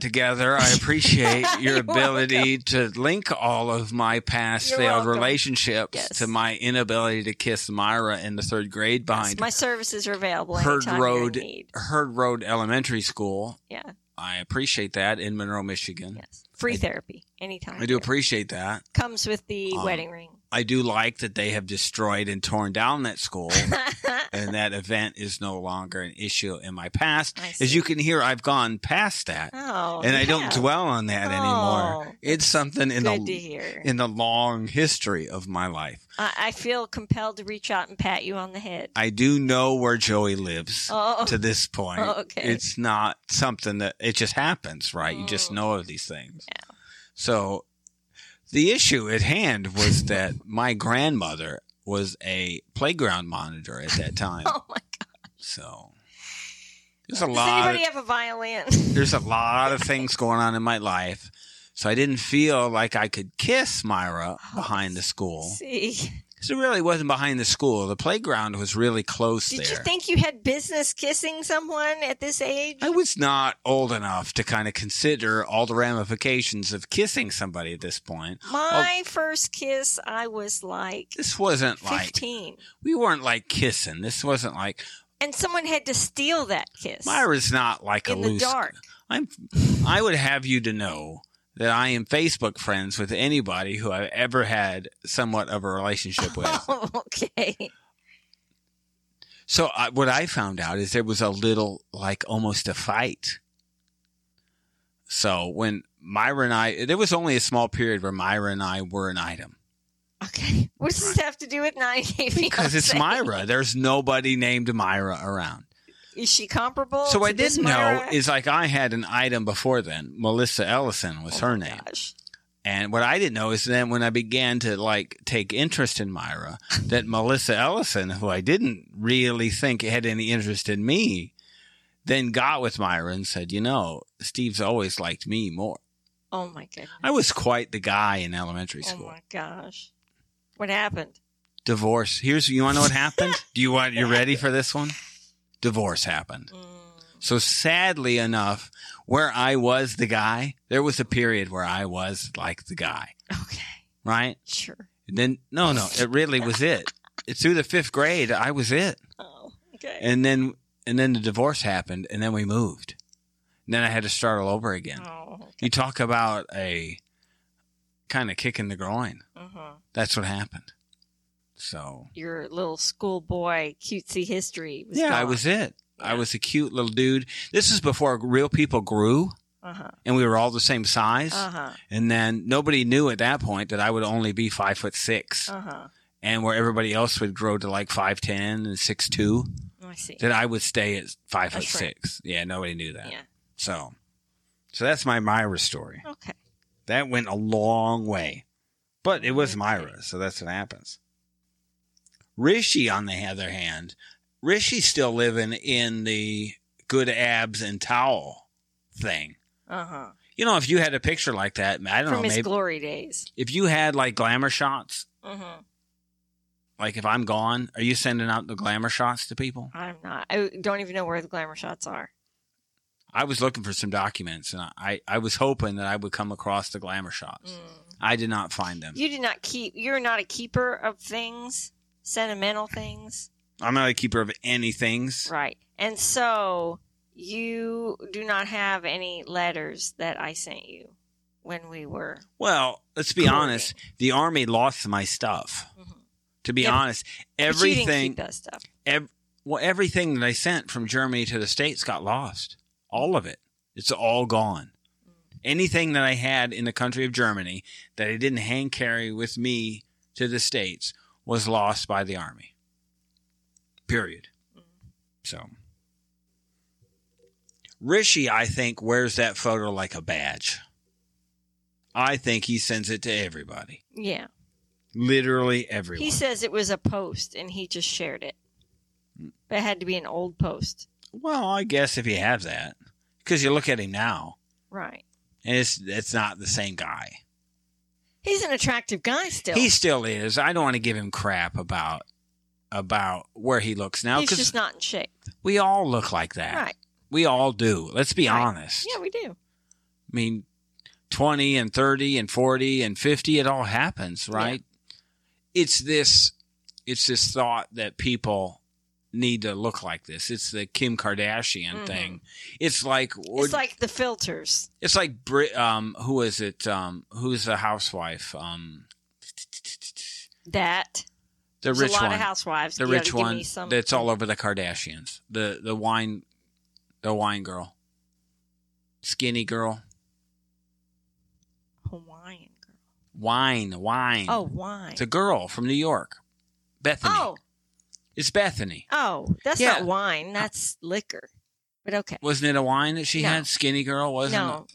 Speaker 2: together. I appreciate your
Speaker 1: You're
Speaker 2: ability to link all of my past
Speaker 1: You're
Speaker 2: failed
Speaker 1: welcome.
Speaker 2: relationships
Speaker 1: Yes.
Speaker 2: to my inability to kiss Myra in the third grade behind
Speaker 1: My services are available
Speaker 2: Heard
Speaker 1: anytime you're in
Speaker 2: Road.
Speaker 1: need.
Speaker 2: Hurd Road Elementary School.
Speaker 1: Yeah.
Speaker 2: I appreciate that in Monroe, Michigan.
Speaker 1: Yes. Free
Speaker 2: I-
Speaker 1: therapy anytime.
Speaker 2: I do appreciate that.
Speaker 1: Comes with the
Speaker 2: Um,
Speaker 1: wedding ring.
Speaker 2: I do like that they have destroyed and torn down that school. And that event is no longer an issue in my past.
Speaker 1: I
Speaker 2: As
Speaker 1: see.
Speaker 2: you can hear, I've gone past that.
Speaker 1: oh.
Speaker 2: and I don't
Speaker 1: yeah.
Speaker 2: dwell on that anymore.
Speaker 1: Oh,
Speaker 2: It's something in
Speaker 1: Good to
Speaker 2: the
Speaker 1: hear.
Speaker 2: in the long history of my life.
Speaker 1: I, I feel compelled to reach out and pat you on the head.
Speaker 2: I do know where Joey lives
Speaker 1: Oh.
Speaker 2: to this point.
Speaker 1: Oh, okay.
Speaker 2: It's not something that it just happens, right? You just
Speaker 1: Mm.
Speaker 2: know of these things. So the issue at hand was that my grandmother was a playground monitor at that time.
Speaker 1: oh my god.
Speaker 2: So there's a
Speaker 1: Does
Speaker 2: lot of-
Speaker 1: anybody have a violin?
Speaker 2: there's a lot of things going on in my life. So I didn't feel like I could kiss Myra behind the
Speaker 1: Oh,
Speaker 2: school.
Speaker 1: see.
Speaker 2: Because it really wasn't behind the school. The playground was really close
Speaker 1: Did
Speaker 2: there.
Speaker 1: you think you had business kissing someone at this age?
Speaker 2: I was not old enough to kind of consider all the ramifications of kissing somebody at this point.
Speaker 1: My first kiss, I was like
Speaker 2: This wasn't like,
Speaker 1: 15.
Speaker 2: we weren't like kissing. This wasn't like,
Speaker 1: And someone had to steal that kiss
Speaker 2: Myra's not like
Speaker 1: in
Speaker 2: a
Speaker 1: the
Speaker 2: loose.
Speaker 1: dark.
Speaker 2: I'm, I would have you to know that I am Facebook friends with anybody who I've ever had somewhat of a relationship with.
Speaker 1: Oh, okay.
Speaker 2: So I, what I found out is there was a little, like almost a fight. So when Myra and I, there was only a small period where Myra and I were an item.
Speaker 1: Okay. okay, what does this have to do with 90 Day
Speaker 2: because it's Myra. There's nobody named Myra around.
Speaker 1: Is she comparable?
Speaker 2: So
Speaker 1: to
Speaker 2: I
Speaker 1: this
Speaker 2: didn't know
Speaker 1: Myra?
Speaker 2: is like I had an item before then. Melissa Ellison was
Speaker 1: Oh
Speaker 2: her
Speaker 1: my
Speaker 2: name.
Speaker 1: gosh.
Speaker 2: And what I didn't know is then when I began to like take interest in Myra, that Melissa Ellison, who I didn't really think had any interest in me, then got with Myra and said, you know, Steve's always liked me more.
Speaker 1: Oh my goodness.
Speaker 2: I was quite the guy in elementary
Speaker 1: Oh
Speaker 2: school.
Speaker 1: my gosh. What happened?
Speaker 2: Divorce. Here's you want to know what happened? Do you want you ready for this one? Divorce happened.
Speaker 1: Mm.
Speaker 2: So sadly enough, where I was the guy, there was a period where I was like the guy,
Speaker 1: Okay,
Speaker 2: right?
Speaker 1: sure.
Speaker 2: And then no, no, it really was it. It's through the fifth grade, I was it.
Speaker 1: Oh, okay.
Speaker 2: And then and then the divorce happened, and then we moved. And then I had to start all over again.
Speaker 1: oh, okay.
Speaker 2: You talk about a kind of kick in the groin.
Speaker 1: Mhm.
Speaker 2: That's what happened. So
Speaker 1: Your little schoolboy cutesy history. Was
Speaker 2: yeah, I
Speaker 1: gone.
Speaker 2: was it. I
Speaker 1: Yeah.
Speaker 2: was a cute little dude. This is before real people grew
Speaker 1: Uh-huh.
Speaker 2: and we were all the same size.
Speaker 1: Uh-huh.
Speaker 2: And then nobody knew at that point that I would only be five foot 6
Speaker 1: Uh-huh.
Speaker 2: and where everybody else would grow to like five ten and six two,
Speaker 1: I see.
Speaker 2: that I would stay at five foot
Speaker 1: That's right.
Speaker 2: six. Yeah, nobody knew that.
Speaker 1: Yeah.
Speaker 2: So, so that's my Myra story.
Speaker 1: Okay.
Speaker 2: That went a long way, but it was
Speaker 1: Okay.
Speaker 2: Myra, so that's what happens. Rishi, on the other hand, Rishi's still living in the good abs and towel thing.
Speaker 1: Uh-huh.
Speaker 2: You know, if you had a picture like that, I don't
Speaker 1: From
Speaker 2: know,
Speaker 1: his
Speaker 2: maybe
Speaker 1: glory days.
Speaker 2: if you had like glamour shots,
Speaker 1: Mm-hmm.
Speaker 2: like if I'm gone, are you sending out the glamour shots to people?
Speaker 1: I'm not. I don't even know where the glamour shots are.
Speaker 2: I was looking for some documents, and I, I was hoping that I would come across the glamour shots.
Speaker 1: Mm.
Speaker 2: I did not find them.
Speaker 1: You do not keep. You're not a keeper of things, sentimental things,
Speaker 2: I'm not a keeper of any things.
Speaker 1: right? And so you do not have any letters that I sent you when we were.
Speaker 2: Well, let's be
Speaker 1: Cool.
Speaker 2: honest. The army lost my stuff.
Speaker 1: Mhm.
Speaker 2: To be
Speaker 1: Yeah, but-
Speaker 2: honest,
Speaker 1: But you didn't keep
Speaker 2: everything,
Speaker 1: that stuff.
Speaker 2: ev- well, everything that I sent from Germany to the states got lost. All of it. It's all gone.
Speaker 1: Mm.
Speaker 2: Anything that I had in the country of Germany that I didn't hand carry with me to the states was lost by the army. Period.
Speaker 1: Mm.
Speaker 2: So. Rishi, I think, wears that photo like a badge. I think he sends it to everybody.
Speaker 1: Yeah,
Speaker 2: Literally everyone.
Speaker 1: he says it was a post, and he just shared it.
Speaker 2: Mm.
Speaker 1: But it had to be an old post,
Speaker 2: well, I guess if you have that, because you look at him now,
Speaker 1: right?
Speaker 2: and it's it's not the same guy.
Speaker 1: He's an attractive guy still.
Speaker 2: He still is. I don't want to give him crap about about where he looks now
Speaker 1: He's
Speaker 2: because
Speaker 1: just not in shape,
Speaker 2: we all look like that.
Speaker 1: right?
Speaker 2: We all do. Let's be
Speaker 1: Right.
Speaker 2: honest.
Speaker 1: Yeah, we do.
Speaker 2: I mean, twenty and thirty and forty and fifty, it all happens, right? It's this. It's this thought that people need to look like this. It's the Kim Kardashian
Speaker 1: Mhm.
Speaker 2: thing. It's like
Speaker 1: It's like the filters.
Speaker 2: It's like Brit. Um, who is it? Um, who's the housewife? Um,
Speaker 1: That
Speaker 2: the
Speaker 1: There's
Speaker 2: rich
Speaker 1: a lot
Speaker 2: one.
Speaker 1: of housewives.
Speaker 2: the
Speaker 1: You gotta
Speaker 2: rich
Speaker 1: give me
Speaker 2: one
Speaker 1: some-
Speaker 2: that's all over the Kardashians. The the wine, the wine girl, skinny girl,
Speaker 1: Hawaiian girl.
Speaker 2: wine, wine.
Speaker 1: Oh, wine.
Speaker 2: it's a girl from New York, Bethany.
Speaker 1: Oh,
Speaker 2: it's Bethany.
Speaker 1: oh, that's
Speaker 2: Yeah.
Speaker 1: not wine. That's liquor. But okay,
Speaker 2: Wasn't it a wine that she
Speaker 1: No.
Speaker 2: had? Skinny girl, wasn't it?
Speaker 1: no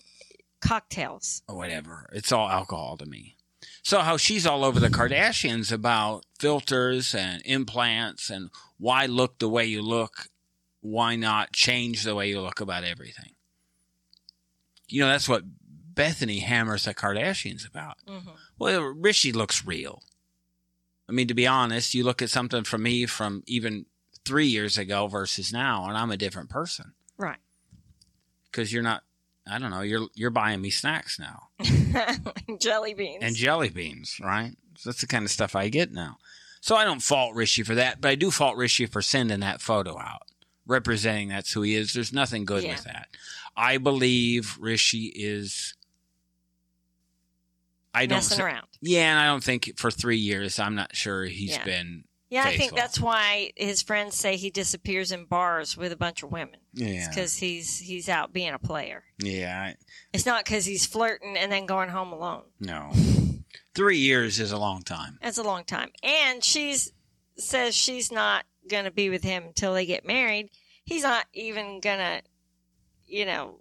Speaker 1: cocktails.
Speaker 2: or whatever. It's all alcohol to me. So how she's all over the Kardashians about filters and implants and why look the way you look, why not change the way you look about everything. You know, that's what Bethany hammers the Kardashians about.
Speaker 1: Mm-hmm.
Speaker 2: Well, Rishi looks real. I mean, to be honest, you look at something from me from even three years ago versus now, and I'm a different person
Speaker 1: Right.
Speaker 2: because you're not. I don't know. You're you're buying me snacks now.
Speaker 1: Jelly beans.
Speaker 2: and jelly beans, right? So that's the kind of stuff I get now. So I don't fault Rishi for that, but I do fault Rishi for sending that photo out, representing that's who he is. There's nothing good
Speaker 1: Yeah.
Speaker 2: with that. I believe Rishi is. I don't.
Speaker 1: messing
Speaker 2: thi-
Speaker 1: around.
Speaker 2: Yeah, and I don't think for three years. I'm not sure he's
Speaker 1: Yeah.
Speaker 2: been.
Speaker 1: Yeah, I think
Speaker 2: faithful.
Speaker 1: that's why his friends say he disappears in bars with a bunch of women. It's
Speaker 2: Yeah,
Speaker 1: because he's he's out being a player.
Speaker 2: yeah. I-
Speaker 1: It's not because he's flirting and then going home alone.
Speaker 2: No, Three years is a long time.
Speaker 1: That's a long time. And she's says she's not going to be with him until they get married. He's not even going to, you know,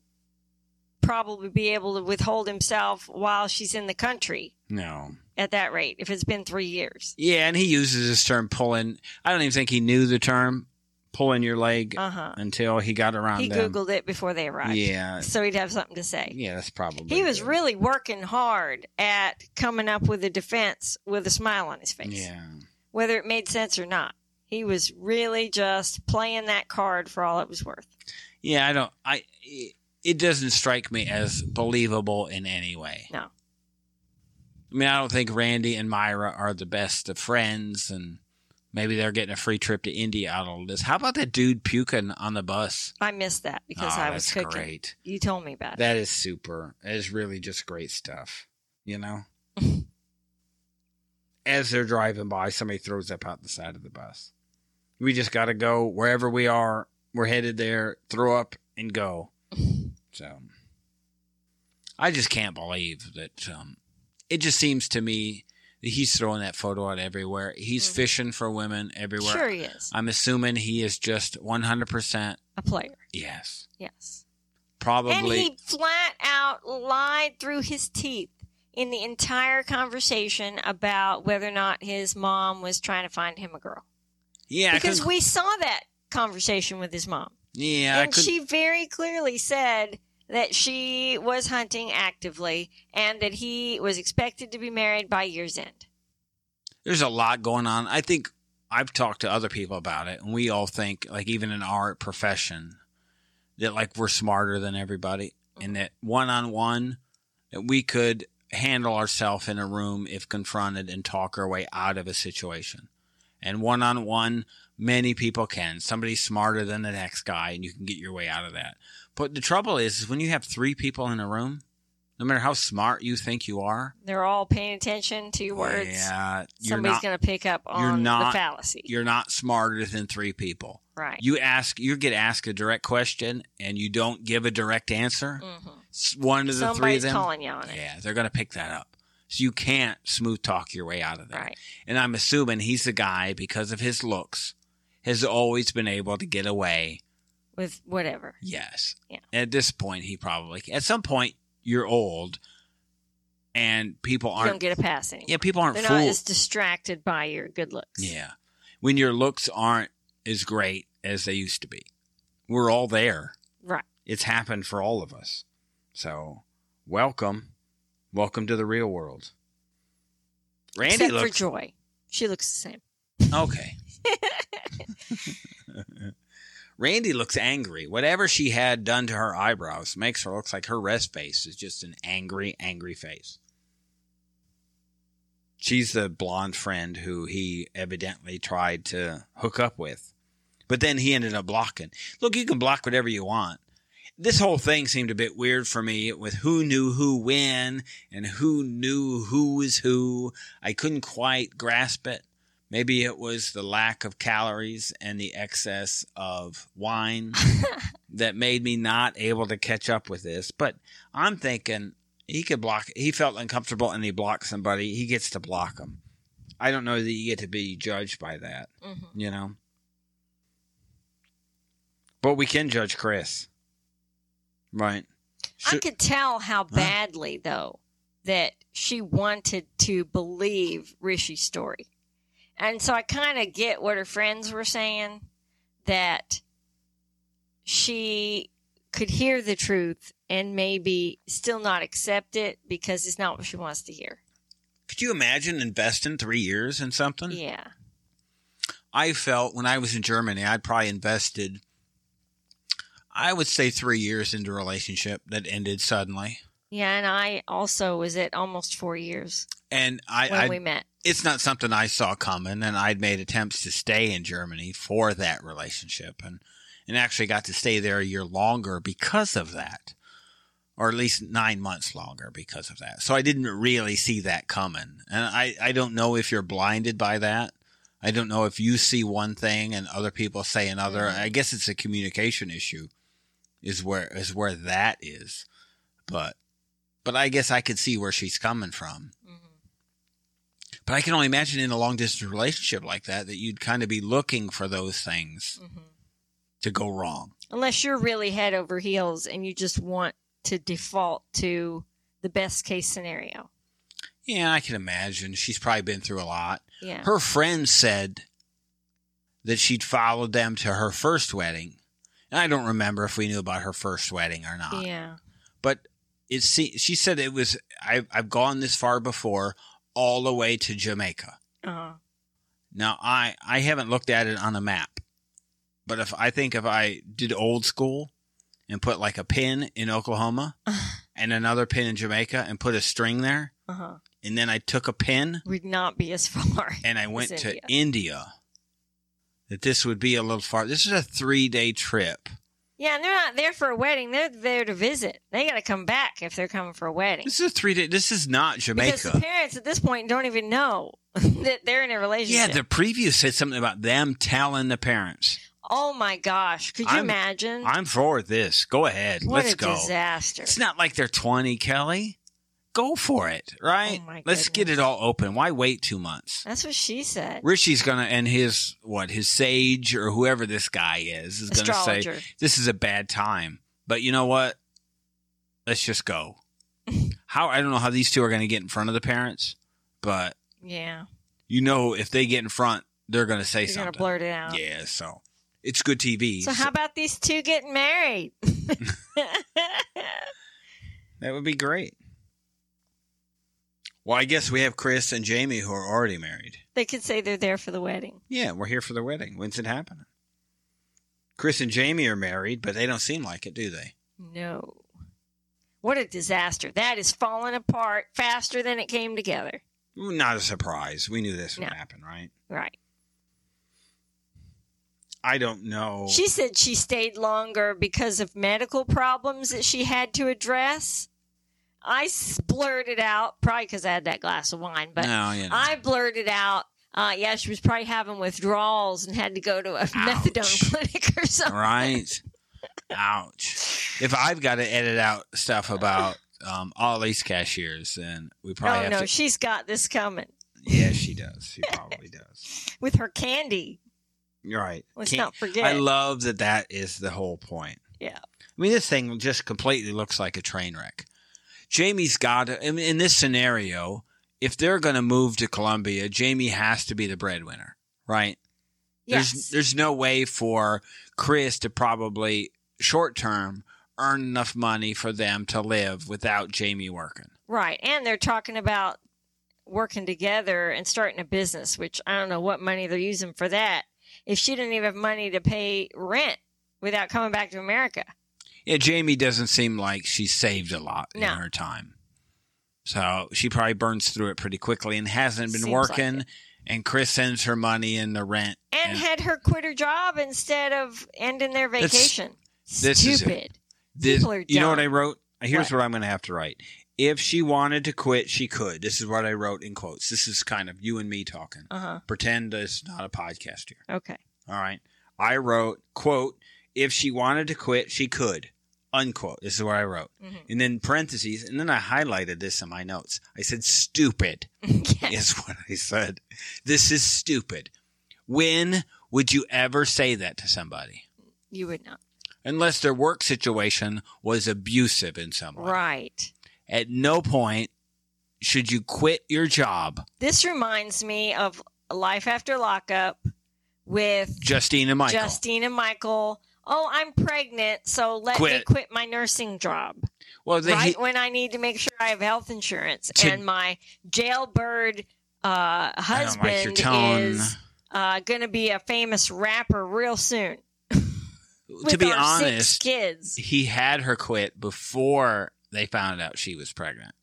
Speaker 1: probably be able to withhold himself while she's in the country
Speaker 2: No.
Speaker 1: at that rate if it's been three years.
Speaker 2: Yeah, and he uses this term pulling. I don't even think he knew the term pulling your leg
Speaker 1: Uh huh.
Speaker 2: until he got around
Speaker 1: He
Speaker 2: them.
Speaker 1: Googled it before they arrived.
Speaker 2: Yeah.
Speaker 1: So he'd have something to say.
Speaker 2: Yeah, that's probably.
Speaker 1: He was
Speaker 2: good.
Speaker 1: really working hard at coming up with a defense with a smile on his face,
Speaker 2: Yeah.
Speaker 1: whether it made sense or not. He was really just playing that card for all it was worth.
Speaker 2: Yeah, I don't. I. It, it doesn't strike me as believable in any way.
Speaker 1: No.
Speaker 2: I mean, I don't think Randy and Myra are the best of friends, and maybe they're getting a free trip to India out of all this. How about that dude puking on the bus?
Speaker 1: I missed that because
Speaker 2: Oh,
Speaker 1: I was
Speaker 2: that's
Speaker 1: cooking.
Speaker 2: great.
Speaker 1: You told me about it.
Speaker 2: That is super. That is really just great stuff. You know? As they're driving by, somebody throws up out the side of the bus. We just got to go wherever we are. We're headed there. Throw up and go. So I just can't believe that um, it just seems to me that he's throwing that photo out everywhere. He's
Speaker 1: Mhm.
Speaker 2: fishing for women everywhere.
Speaker 1: Sure, he is
Speaker 2: I'm assuming he is just 100%
Speaker 1: a player.
Speaker 2: yes.
Speaker 1: Yes,
Speaker 2: Probably.
Speaker 1: and he flat out lied through his teeth in the entire conversation about whether or not his mom was trying to find him a girl.
Speaker 2: yeah, I
Speaker 1: because
Speaker 2: couldn't-
Speaker 1: we saw that conversation with his mom,
Speaker 2: yeah, I
Speaker 1: and
Speaker 2: couldn't-
Speaker 1: she very clearly said that she was hunting actively and that he was expected to be married by year's end.
Speaker 2: there's a lot going on. I think I've talked to other people about it, and we all think, like, even in our profession, that like we're smarter than everybody, and that one on one, that we could handle ourselves in a room if confronted and talk our way out of a situation. And one on one, many people can. Somebody's smarter than the next guy, and you can get your way out of that. But the trouble is, is when you have three people in a room, no matter how smart you think you are,
Speaker 1: They're all paying attention to your words.
Speaker 2: Oh, yeah, you're
Speaker 1: Somebody's
Speaker 2: not
Speaker 1: going to pick up on the
Speaker 2: not-
Speaker 1: fallacy,
Speaker 2: you're not smarter than three people.
Speaker 1: right?
Speaker 2: You ask, you get asked a direct question, and you don't give a direct answer.
Speaker 1: hmm
Speaker 2: S- One of the three of
Speaker 1: Somebody's
Speaker 2: them,
Speaker 1: calling you on it,
Speaker 2: yeah, they're going to pick that up. So you can't smooth talk your way out of that.
Speaker 1: right?
Speaker 2: And I'm assuming he's the guy because of his looks has always been able to get away.
Speaker 1: With whatever.
Speaker 2: Yes.
Speaker 1: Yeah.
Speaker 2: At this point, he probably at some point you're old, and people
Speaker 1: You don't
Speaker 2: aren't.
Speaker 1: get a pass anymore.
Speaker 2: Yeah, people aren't
Speaker 1: They're
Speaker 2: fools.
Speaker 1: not as distracted by your good looks.
Speaker 2: Yeah. When your looks aren't as great as they used to be. We're all there.
Speaker 1: Right.
Speaker 2: It's happened for all of us. So, welcome. Welcome to the real world. Randy
Speaker 1: Except
Speaker 2: looks
Speaker 1: for Joy. She looks the same.
Speaker 2: Okay. Randy looks angry. Whatever she had done to her eyebrows makes her look like her rest face is just an angry, angry face. She's the blonde friend who he evidently tried to hook up with. But then he ended up blocking. Look, you can block whatever you want. This whole thing seemed a bit weird for me with who knew who when and who knew who was who. I couldn't quite grasp it. Maybe it was the lack of calories and the excess of wine that made me not able to catch up with this. But I'm thinking he could block. He felt uncomfortable and he blocked somebody. He gets to block them. I don't know that you get to be judged by that,
Speaker 1: hmm
Speaker 2: you know. But we can judge Chris, right?
Speaker 1: I
Speaker 2: Should-
Speaker 1: could tell how badly, though, that she wanted to believe Rishi's story. And so I kind of get what her friends were saying that she could hear the truth and maybe still not accept it because it's not what she wants to hear.
Speaker 2: could you imagine investing three years in something?
Speaker 1: Yeah.
Speaker 2: I felt when I was in Germany, I'd probably invested, I would say, three years into a relationship that ended suddenly.
Speaker 1: Yeah. And I also was at almost four years
Speaker 2: And I,
Speaker 1: when
Speaker 2: I
Speaker 1: we met.
Speaker 2: it's not something I saw coming, and I'd made attempts to stay in Germany for that relationship, and and actually got to stay there a year longer because of that, or at least nine months longer because of that. So I didn't really see that coming, and I I don't know if you're blinded by that. I don't know if you see one thing and other people say another.
Speaker 1: Mhm.
Speaker 2: I guess it's a communication issue, is where is where that is, but but I guess I could see where she's coming from
Speaker 1: Mm-hmm.
Speaker 2: But I can only imagine in a long distance relationship like that that you'd kind of be looking for those things
Speaker 1: Mm-hmm.
Speaker 2: to go wrong.
Speaker 1: Unless you're really head over heels and you just want to default to the best case scenario.
Speaker 2: Yeah, I can imagine. She's probably been through a lot.
Speaker 1: Yeah.
Speaker 2: Her friend said that she'd followed them to her first wedding. And I don't remember if we knew about her first wedding or not.
Speaker 1: yeah.
Speaker 2: But it se- she said it was I've, I've gone this far before, all the way to Jamaica.
Speaker 1: Uh,
Speaker 2: Now I I haven't looked at it on a map, but if I think if I did old school and put like a pin in Oklahoma and another pin in Jamaica and put a string there,
Speaker 1: uh-huh.
Speaker 2: and then I took a pin
Speaker 1: We'd not be as far.
Speaker 2: and I went to
Speaker 1: India.
Speaker 2: India, that this would be a little far. This is a three day trip.
Speaker 1: Yeah, and they're not there for a wedding. They're there to visit. They got to come back if they're coming for a wedding.
Speaker 2: This is a three day. This is not
Speaker 1: Because the
Speaker 2: Jamaica.
Speaker 1: parents at this point don't even know that they're in a
Speaker 2: Yeah,
Speaker 1: relationship.
Speaker 2: the preview said something about them telling the parents.
Speaker 1: oh my gosh. Could you
Speaker 2: I'm-
Speaker 1: imagine?
Speaker 2: I'm for this. Go ahead.
Speaker 1: Mm. what
Speaker 2: Let's
Speaker 1: a
Speaker 2: go.
Speaker 1: disaster.
Speaker 2: It's not like they're 20, Kelly. Go for it, right?
Speaker 1: Oh, my
Speaker 2: Let's get
Speaker 1: goodness.
Speaker 2: it all open. Why wait two months?
Speaker 1: That's what she said.
Speaker 2: Rishi's gonna and his what his sage or whoever this guy is is gonna say
Speaker 1: Astrologer.
Speaker 2: this is a bad time. But you know what? Let's just go. how I don't know how these two are gonna get in front of the parents, but
Speaker 1: Yeah.
Speaker 2: you know if they get in front, they're gonna say
Speaker 1: You're going to
Speaker 2: something.
Speaker 1: blurt it out.
Speaker 2: Yeah, so it's good TV.
Speaker 1: So how about these two getting married?
Speaker 2: that would be great. Well, I guess we have Chris and Jamie who are already married.
Speaker 1: they could say they're there for the wedding.
Speaker 2: Yeah, we're here for the wedding. When's it happening? Chris and Jamie are married, but they don't seem like it, do they?
Speaker 1: No. What a disaster. That is falling apart faster than it came together.
Speaker 2: Not a surprise. We knew this would
Speaker 1: No.
Speaker 2: happen, right?
Speaker 1: Right.
Speaker 2: I don't know.
Speaker 1: She said she stayed longer because of medical problems that she had to address. I s- blurted out, probably because I had that glass of wine, but
Speaker 2: no, you know.
Speaker 1: I blurted out, uh, yeah, she was probably having withdrawals and had to go to a methadone clinic or something.
Speaker 2: right? Ouch. If I've got to edit out stuff about um, Ollie's cashiers, then we probably
Speaker 1: No,
Speaker 2: have
Speaker 1: Oh, no,
Speaker 2: to.
Speaker 1: she's got this coming
Speaker 2: yeah, she does. She probably does.
Speaker 1: with her candy.
Speaker 2: You're right.
Speaker 1: Let's
Speaker 2: Can't-
Speaker 1: not forget.
Speaker 2: I love that that is the whole point.
Speaker 1: Yeah.
Speaker 2: I mean, this thing just completely looks like a train wreck. Jamie's got to, I mean, in this scenario, if they're going to move to Columbia, Jamie has to be the breadwinner, right? There's,
Speaker 1: yes.
Speaker 2: there's no way for Chris to probably short term earn enough money for them to live without Jamie working.
Speaker 1: Right. And they're talking about working together and starting a business, which I don't know what money they're using for that. If she didn't even have money to pay rent without coming back to America.
Speaker 2: Yeah, Jamie doesn't seem like she's saved a lot
Speaker 1: No.
Speaker 2: in her time. So she probably burns through it pretty quickly and hasn't been
Speaker 1: Seems like
Speaker 2: working. and Chris sends her money and the rent.
Speaker 1: And
Speaker 2: Yeah.
Speaker 1: had her quit her job instead of ending their
Speaker 2: That's-
Speaker 1: vacation.
Speaker 2: this is it.
Speaker 1: Stupid.
Speaker 2: This,
Speaker 1: People are
Speaker 2: you know what
Speaker 1: dumb.
Speaker 2: I wrote? Here's what, I'm going to have to write. If she wanted to quit, she could. This is what I wrote in quotes. This is kind of you and me talking.
Speaker 1: Uh huh.
Speaker 2: Pretend it's not a podcast here.
Speaker 1: Okay.
Speaker 2: All right. I wrote, quote, if she wanted to quit, she could, unquote. This is what I wrote.
Speaker 1: Mhm.
Speaker 2: And then parentheses. And then I highlighted this in my notes. I said, stupid.
Speaker 1: yes.
Speaker 2: is what I said. This is stupid. When would you ever say that to somebody?
Speaker 1: You would not.
Speaker 2: Unless their work situation was abusive in some way.
Speaker 1: Right.
Speaker 2: At no point should you quit your job,
Speaker 1: This reminds me of Life After Lockup with
Speaker 2: Justine and Michael.
Speaker 1: Justine and Michael. Oh, I'm pregnant, so let me
Speaker 2: Quit.
Speaker 1: quit my nursing job.
Speaker 2: well, they,
Speaker 1: right when I need to make sure I have health insurance
Speaker 2: To-
Speaker 1: and my jailbird uh,
Speaker 2: I don't
Speaker 1: husband
Speaker 2: like your tone.
Speaker 1: is uh, going to be a famous rapper real soon.
Speaker 2: to
Speaker 1: with
Speaker 2: be
Speaker 1: our six
Speaker 2: honest,
Speaker 1: kids.
Speaker 2: he had her quit before they found out she was pregnant.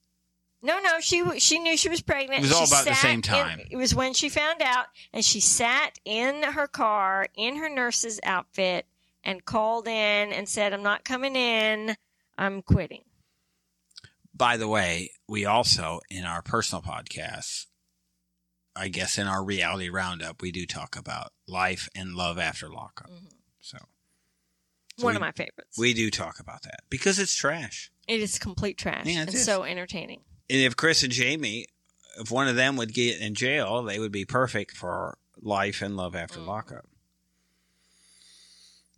Speaker 1: No, no, she w- she knew she was pregnant.
Speaker 2: It was all
Speaker 1: She
Speaker 2: about the
Speaker 1: sat
Speaker 2: same
Speaker 1: in-
Speaker 2: time.
Speaker 1: it was when she found out, and she sat in her car in her nurse's outfit and called in and said, "I'm not coming in. I'm quitting."
Speaker 2: By the way, we also, in our personal podcasts, I guess in our reality roundup, we do talk about life and love after lockup.
Speaker 1: Mhm.
Speaker 2: So
Speaker 1: One
Speaker 2: we-
Speaker 1: of my favorites.
Speaker 2: We do talk about that because it's trash.
Speaker 1: it is complete trash
Speaker 2: Yeah, it
Speaker 1: and
Speaker 2: is.
Speaker 1: so entertaining.
Speaker 2: And if Chris and Jamie if one of them would get in jail, they would be perfect for life and love after
Speaker 1: Mm.
Speaker 2: lockup.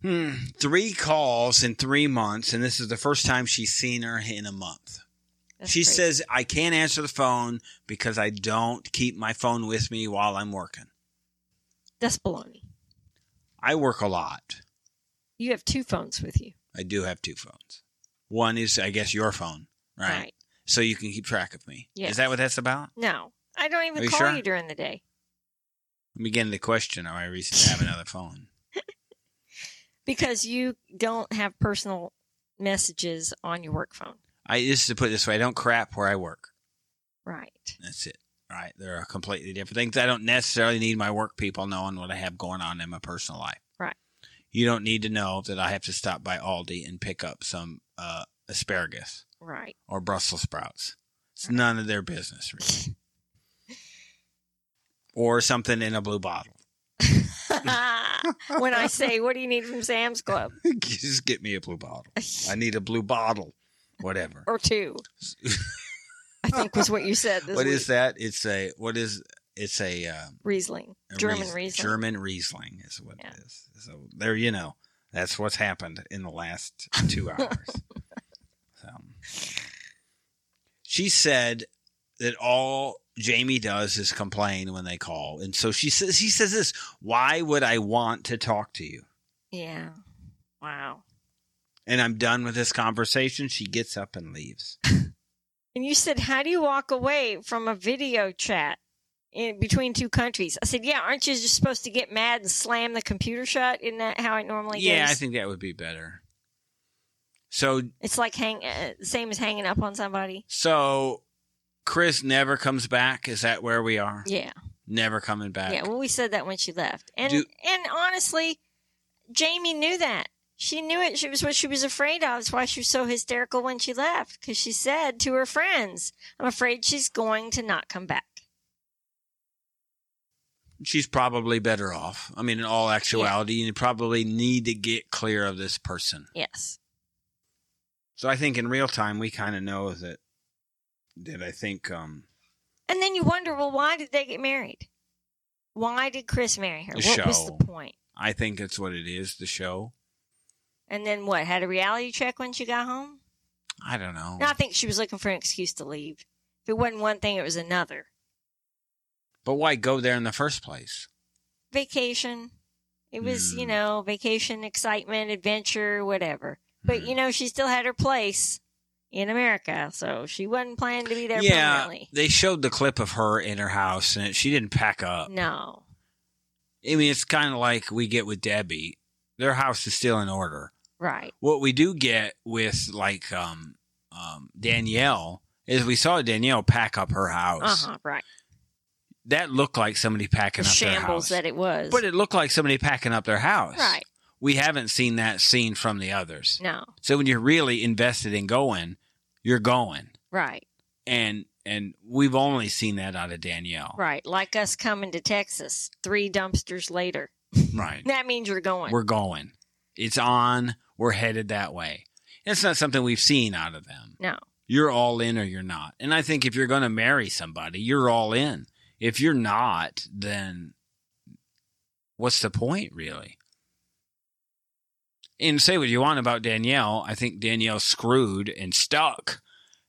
Speaker 2: Hmm. Three calls in three months, and this is the first time she's seen her in a month.
Speaker 1: That's
Speaker 2: she
Speaker 1: crazy.
Speaker 2: says, I can't answer the phone because I don't keep my phone with me while I'm working.
Speaker 1: that's baloney.
Speaker 2: I work a lot.
Speaker 1: You have two phones with you,
Speaker 2: I do have two phones. One is, I guess, your phone, right?
Speaker 1: right?
Speaker 2: So you can keep track of me.
Speaker 1: Yes.
Speaker 2: Is that what that's about?
Speaker 1: No, I don't even
Speaker 2: Are you
Speaker 1: call
Speaker 2: sure?
Speaker 1: you during the day.
Speaker 2: I'm beginning to question am I reason to have another phone?
Speaker 1: because you don't have personal messages on your work phone.
Speaker 2: I just to put it this way, I don't crap where I work.
Speaker 1: Right.
Speaker 2: That's it. Right. They're completely different things. I don't necessarily need my work people knowing what I have going on in my personal life.
Speaker 1: Right.
Speaker 2: You don't need to know that I have to stop by Aldi and pick up some uh, asparagus
Speaker 1: Right.
Speaker 2: or Brussels sprouts. It's
Speaker 1: Right.
Speaker 2: none of their business, really. or something in a blue bottle.
Speaker 1: when I say, "What do you need from Sam's Club?"
Speaker 2: just get me a blue bottle. I need a blue bottle. Whatever.
Speaker 1: or two, I think was what you said. This
Speaker 2: What
Speaker 1: week.
Speaker 2: is that? It's a what is it's a, um,
Speaker 1: Riesling?
Speaker 2: a
Speaker 1: German
Speaker 2: Ries-
Speaker 1: Riesling.
Speaker 2: German Riesling is what
Speaker 1: Yeah.
Speaker 2: it is. So there you know. That's what's happened in the last two hours. so she said that all Jamie does is complain when they call. And so she says she says this, why would I want to talk to you?
Speaker 1: Yeah. Wow.
Speaker 2: And I'm done with this conversation. She gets up and leaves.
Speaker 1: And you said, "How do you walk away from a video chat?" In between two countries, I said, "Yeah, aren't you just supposed to get mad and slam the computer shut? Isn't that how it normally
Speaker 2: yeah,
Speaker 1: goes?
Speaker 2: I think that would be better. So
Speaker 1: it's like hang, uh, same as hanging up on somebody.
Speaker 2: so Chris never comes back. Is that where we are?
Speaker 1: Yeah,
Speaker 2: Never coming back.
Speaker 1: Yeah, well, we said that when she left, and
Speaker 2: Do-
Speaker 1: and honestly, Jamie knew that. She knew it. She was what she was afraid of. That's why she was so hysterical when she left, because she said to her friends, "I'm afraid she's going to not come back."
Speaker 2: She's probably better off. I mean, in all actuality, you probably need to get clear of this person.
Speaker 1: Yes,
Speaker 2: So I think in real time we kind of know that that I think um
Speaker 1: and then you wonder, well, why did they get married? Why did Chris marry her?
Speaker 2: The
Speaker 1: what was
Speaker 2: show.
Speaker 1: the point?
Speaker 2: I think it's what it is, the show.
Speaker 1: And then what? Had a reality check when she got home?
Speaker 2: I don't know.
Speaker 1: No, I think she was looking for an excuse to leave. If it wasn't one thing, it was another.
Speaker 2: But why go there in the first place?
Speaker 1: vacation. It was, you
Speaker 2: Hmm.
Speaker 1: know, vacation, excitement, adventure, whatever. But
Speaker 2: Hmm.
Speaker 1: you know, she still had her place in America, so she wasn't planning to be there
Speaker 2: yeah,
Speaker 1: permanently.
Speaker 2: they showed the clip of her in her house, and she didn't pack up.
Speaker 1: No.
Speaker 2: I mean, it's kind of like we get with Debbie. Their house is still in order.
Speaker 1: Right.
Speaker 2: What we do get with like um, um, Danielle is we saw Danielle pack up her
Speaker 1: Uh
Speaker 2: house.
Speaker 1: huh. Right.
Speaker 2: That looked like somebody packing
Speaker 1: The
Speaker 2: up their house.
Speaker 1: shambles that it was.
Speaker 2: but it looked like somebody packing up their house.
Speaker 1: right.
Speaker 2: We haven't seen that scene from the others.
Speaker 1: No.
Speaker 2: So when you're really invested in going, you're going.
Speaker 1: Right.
Speaker 2: And and we've only seen that out of Danielle.
Speaker 1: Right. Like us coming to Texas three dumpsters later.
Speaker 2: right.
Speaker 1: That means you're going.
Speaker 2: We're going. It's on. We're headed that way. It's not something we've seen out of them.
Speaker 1: No.
Speaker 2: You're all in or you're not. And I think if you're going to marry somebody, you're all in. If you're not, then what's the point, really? And say what you want about Danielle. I think Danielle's screwed and stuck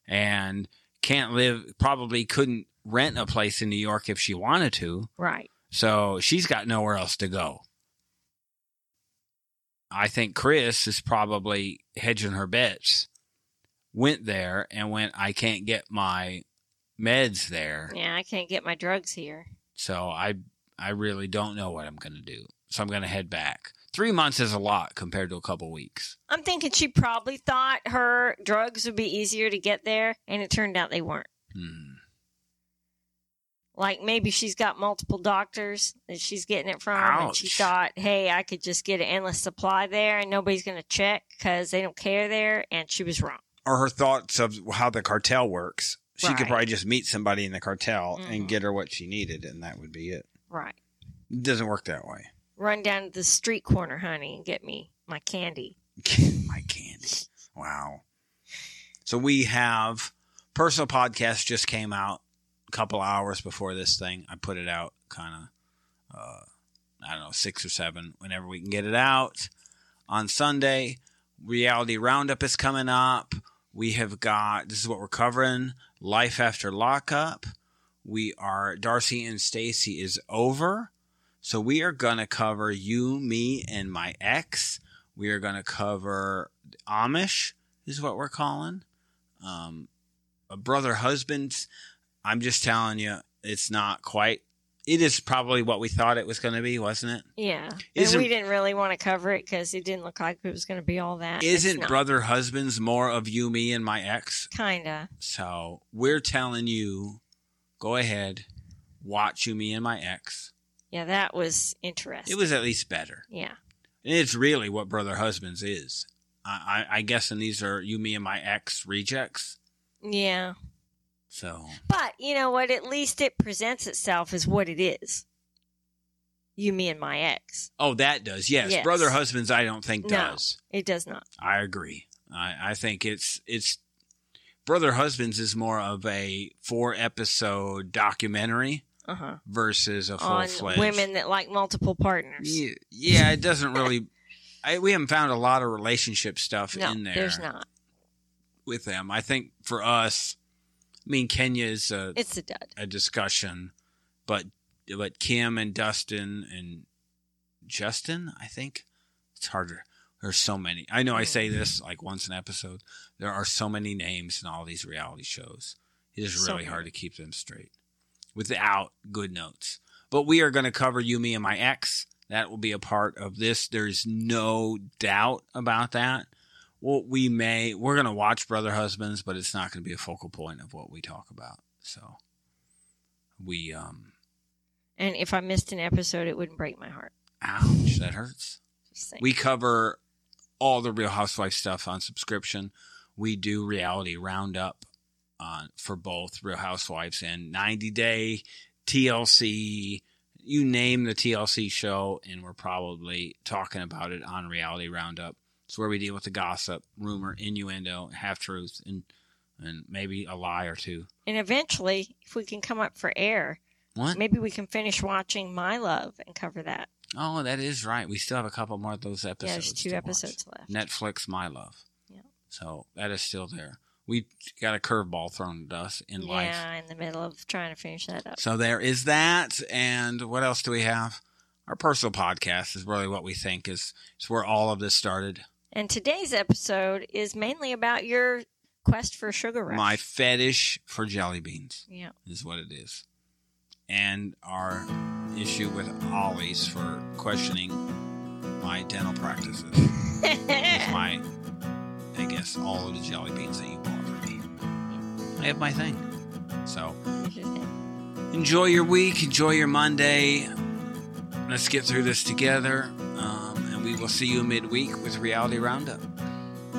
Speaker 2: and can't live, probably couldn't rent a place in New York if she wanted to.
Speaker 1: right.
Speaker 2: So she's got nowhere else to go. I think Chris is probably hedging her bets. Went there and went, I can't get my meds there.
Speaker 1: Yeah, I can't get my drugs here.
Speaker 2: So I I really don't know what I'm gonna do. So I'm gonna head back. Three months is a lot compared to a couple weeks.
Speaker 1: I'm thinking she probably thought her drugs would be easier to get there, and it turned out they weren't.
Speaker 2: Hmm.
Speaker 1: like maybe she's got multiple doctors that she's getting it from and she
Speaker 2: Ouch.
Speaker 1: thought hey i could just get an endless supply there and nobody's going to check because they don't care there and she was wrong
Speaker 2: Or her thoughts of how the cartel works. She could
Speaker 1: Right.
Speaker 2: probably just meet somebody in the cartel
Speaker 1: Mhm.
Speaker 2: and get her what she needed, and that would be it.
Speaker 1: right
Speaker 2: It doesn't work that way.
Speaker 1: run down to the street corner honey and get me my candy
Speaker 2: My candy. Wow. So we have personal podcast just came out couple hours before this thing. I put it out kind of, uh, I don't know, six or seven, whenever we can get it out. On Sunday, Reality Roundup is coming up. We have got, this is what we're covering Life After Lockup. We are, Darcy and Stacy is over. So we are going to cover You, Me, and My Ex. We are going to cover Amish, is what we're calling. Um, a brother husband. I'm just telling you, it's not quite. It is probably what we thought it was going to be, wasn't it?
Speaker 1: Yeah. And
Speaker 2: Isn't-
Speaker 1: we didn't really want to cover it because it didn't look like it was going to be all that. It's
Speaker 2: Isn't
Speaker 1: not.
Speaker 2: brother husbands more of you, me, and my ex?
Speaker 1: Kinda.
Speaker 2: So we're telling you, go ahead, watch you, me, and my ex.
Speaker 1: Yeah, that was interesting.
Speaker 2: It was at least better.
Speaker 1: Yeah.
Speaker 2: And it's really what brother husbands is. I, I, I guess, and these are you, me, and my ex rejects.
Speaker 1: Yeah.
Speaker 2: So
Speaker 1: But you know what? At least it presents itself as what it is. You, me, and my ex.
Speaker 2: Oh, that does. Yes.
Speaker 1: Yes.
Speaker 2: Brother Husbands, I don't think
Speaker 1: No.
Speaker 2: does.
Speaker 1: It does not.
Speaker 2: I agree. I, I think it's it's Brother Husbands is more of a four episode documentary
Speaker 1: Uh huh.
Speaker 2: versus a full
Speaker 1: On
Speaker 2: fledged
Speaker 1: women that like multiple partners.
Speaker 2: Yeah, yeah, it doesn't really. I, we haven't found a lot of relationship stuff
Speaker 1: no,
Speaker 2: in there
Speaker 1: there's not.
Speaker 2: with them. I think for us, I mean, Kenya's a,
Speaker 1: It's a dud.
Speaker 2: a discussion, but but Kim and Dustin and Justin, I think it's harder. There's so many. I know I say this like once an episode. There are so many names in all these reality shows. It is
Speaker 1: So
Speaker 2: really hard to
Speaker 1: many.
Speaker 2: keep them straight without good notes. But we are going to cover you, me, and my ex. That will be a part of this. There's no doubt about that. Well, we may we're going to watch Brother Husbands, but it's not going to be a focal point of what we talk about. So we um
Speaker 1: And if I missed an episode, it wouldn't break my heart.
Speaker 2: ouch that hurts.
Speaker 1: Just saying.
Speaker 2: We cover all the Real Housewife stuff on subscription. We do reality roundup on for both Real Housewives and 90 Day TLC. You name the TLC show, and we're probably talking about it on Reality Roundup. It's where we deal with the gossip, rumor,
Speaker 1: Mm-hmm.
Speaker 2: innuendo, half truths, and and maybe a lie or two.
Speaker 1: and eventually, if we can come up for air,
Speaker 2: What?
Speaker 1: maybe we can finish watching My Love and cover that.
Speaker 2: Oh, that is right. We still have a couple more of those
Speaker 1: Yeah,
Speaker 2: episodes.
Speaker 1: there's two
Speaker 2: to watch.
Speaker 1: episodes left.
Speaker 2: Netflix My Love.
Speaker 1: Yeah.
Speaker 2: So that is still there. We got a curveball thrown at us in life.
Speaker 1: yeah, in the middle of trying to finish that up.
Speaker 2: So there is that. And what else do we have? Our personal podcast is really what we think is, is where all of this started.
Speaker 1: And today's episode is mainly about your quest for sugar rush.
Speaker 2: My fetish for jelly beans
Speaker 1: yeah,
Speaker 2: is what it is. And our issue with Ollie's for questioning my dental practices. is my, I guess, all of the jelly beans that you bought for me. I have my thing. So
Speaker 1: Here's your thing.
Speaker 2: enjoy your week, enjoy your Monday. Let's get through this together. Um, and we will see you midweek with Reality Roundup.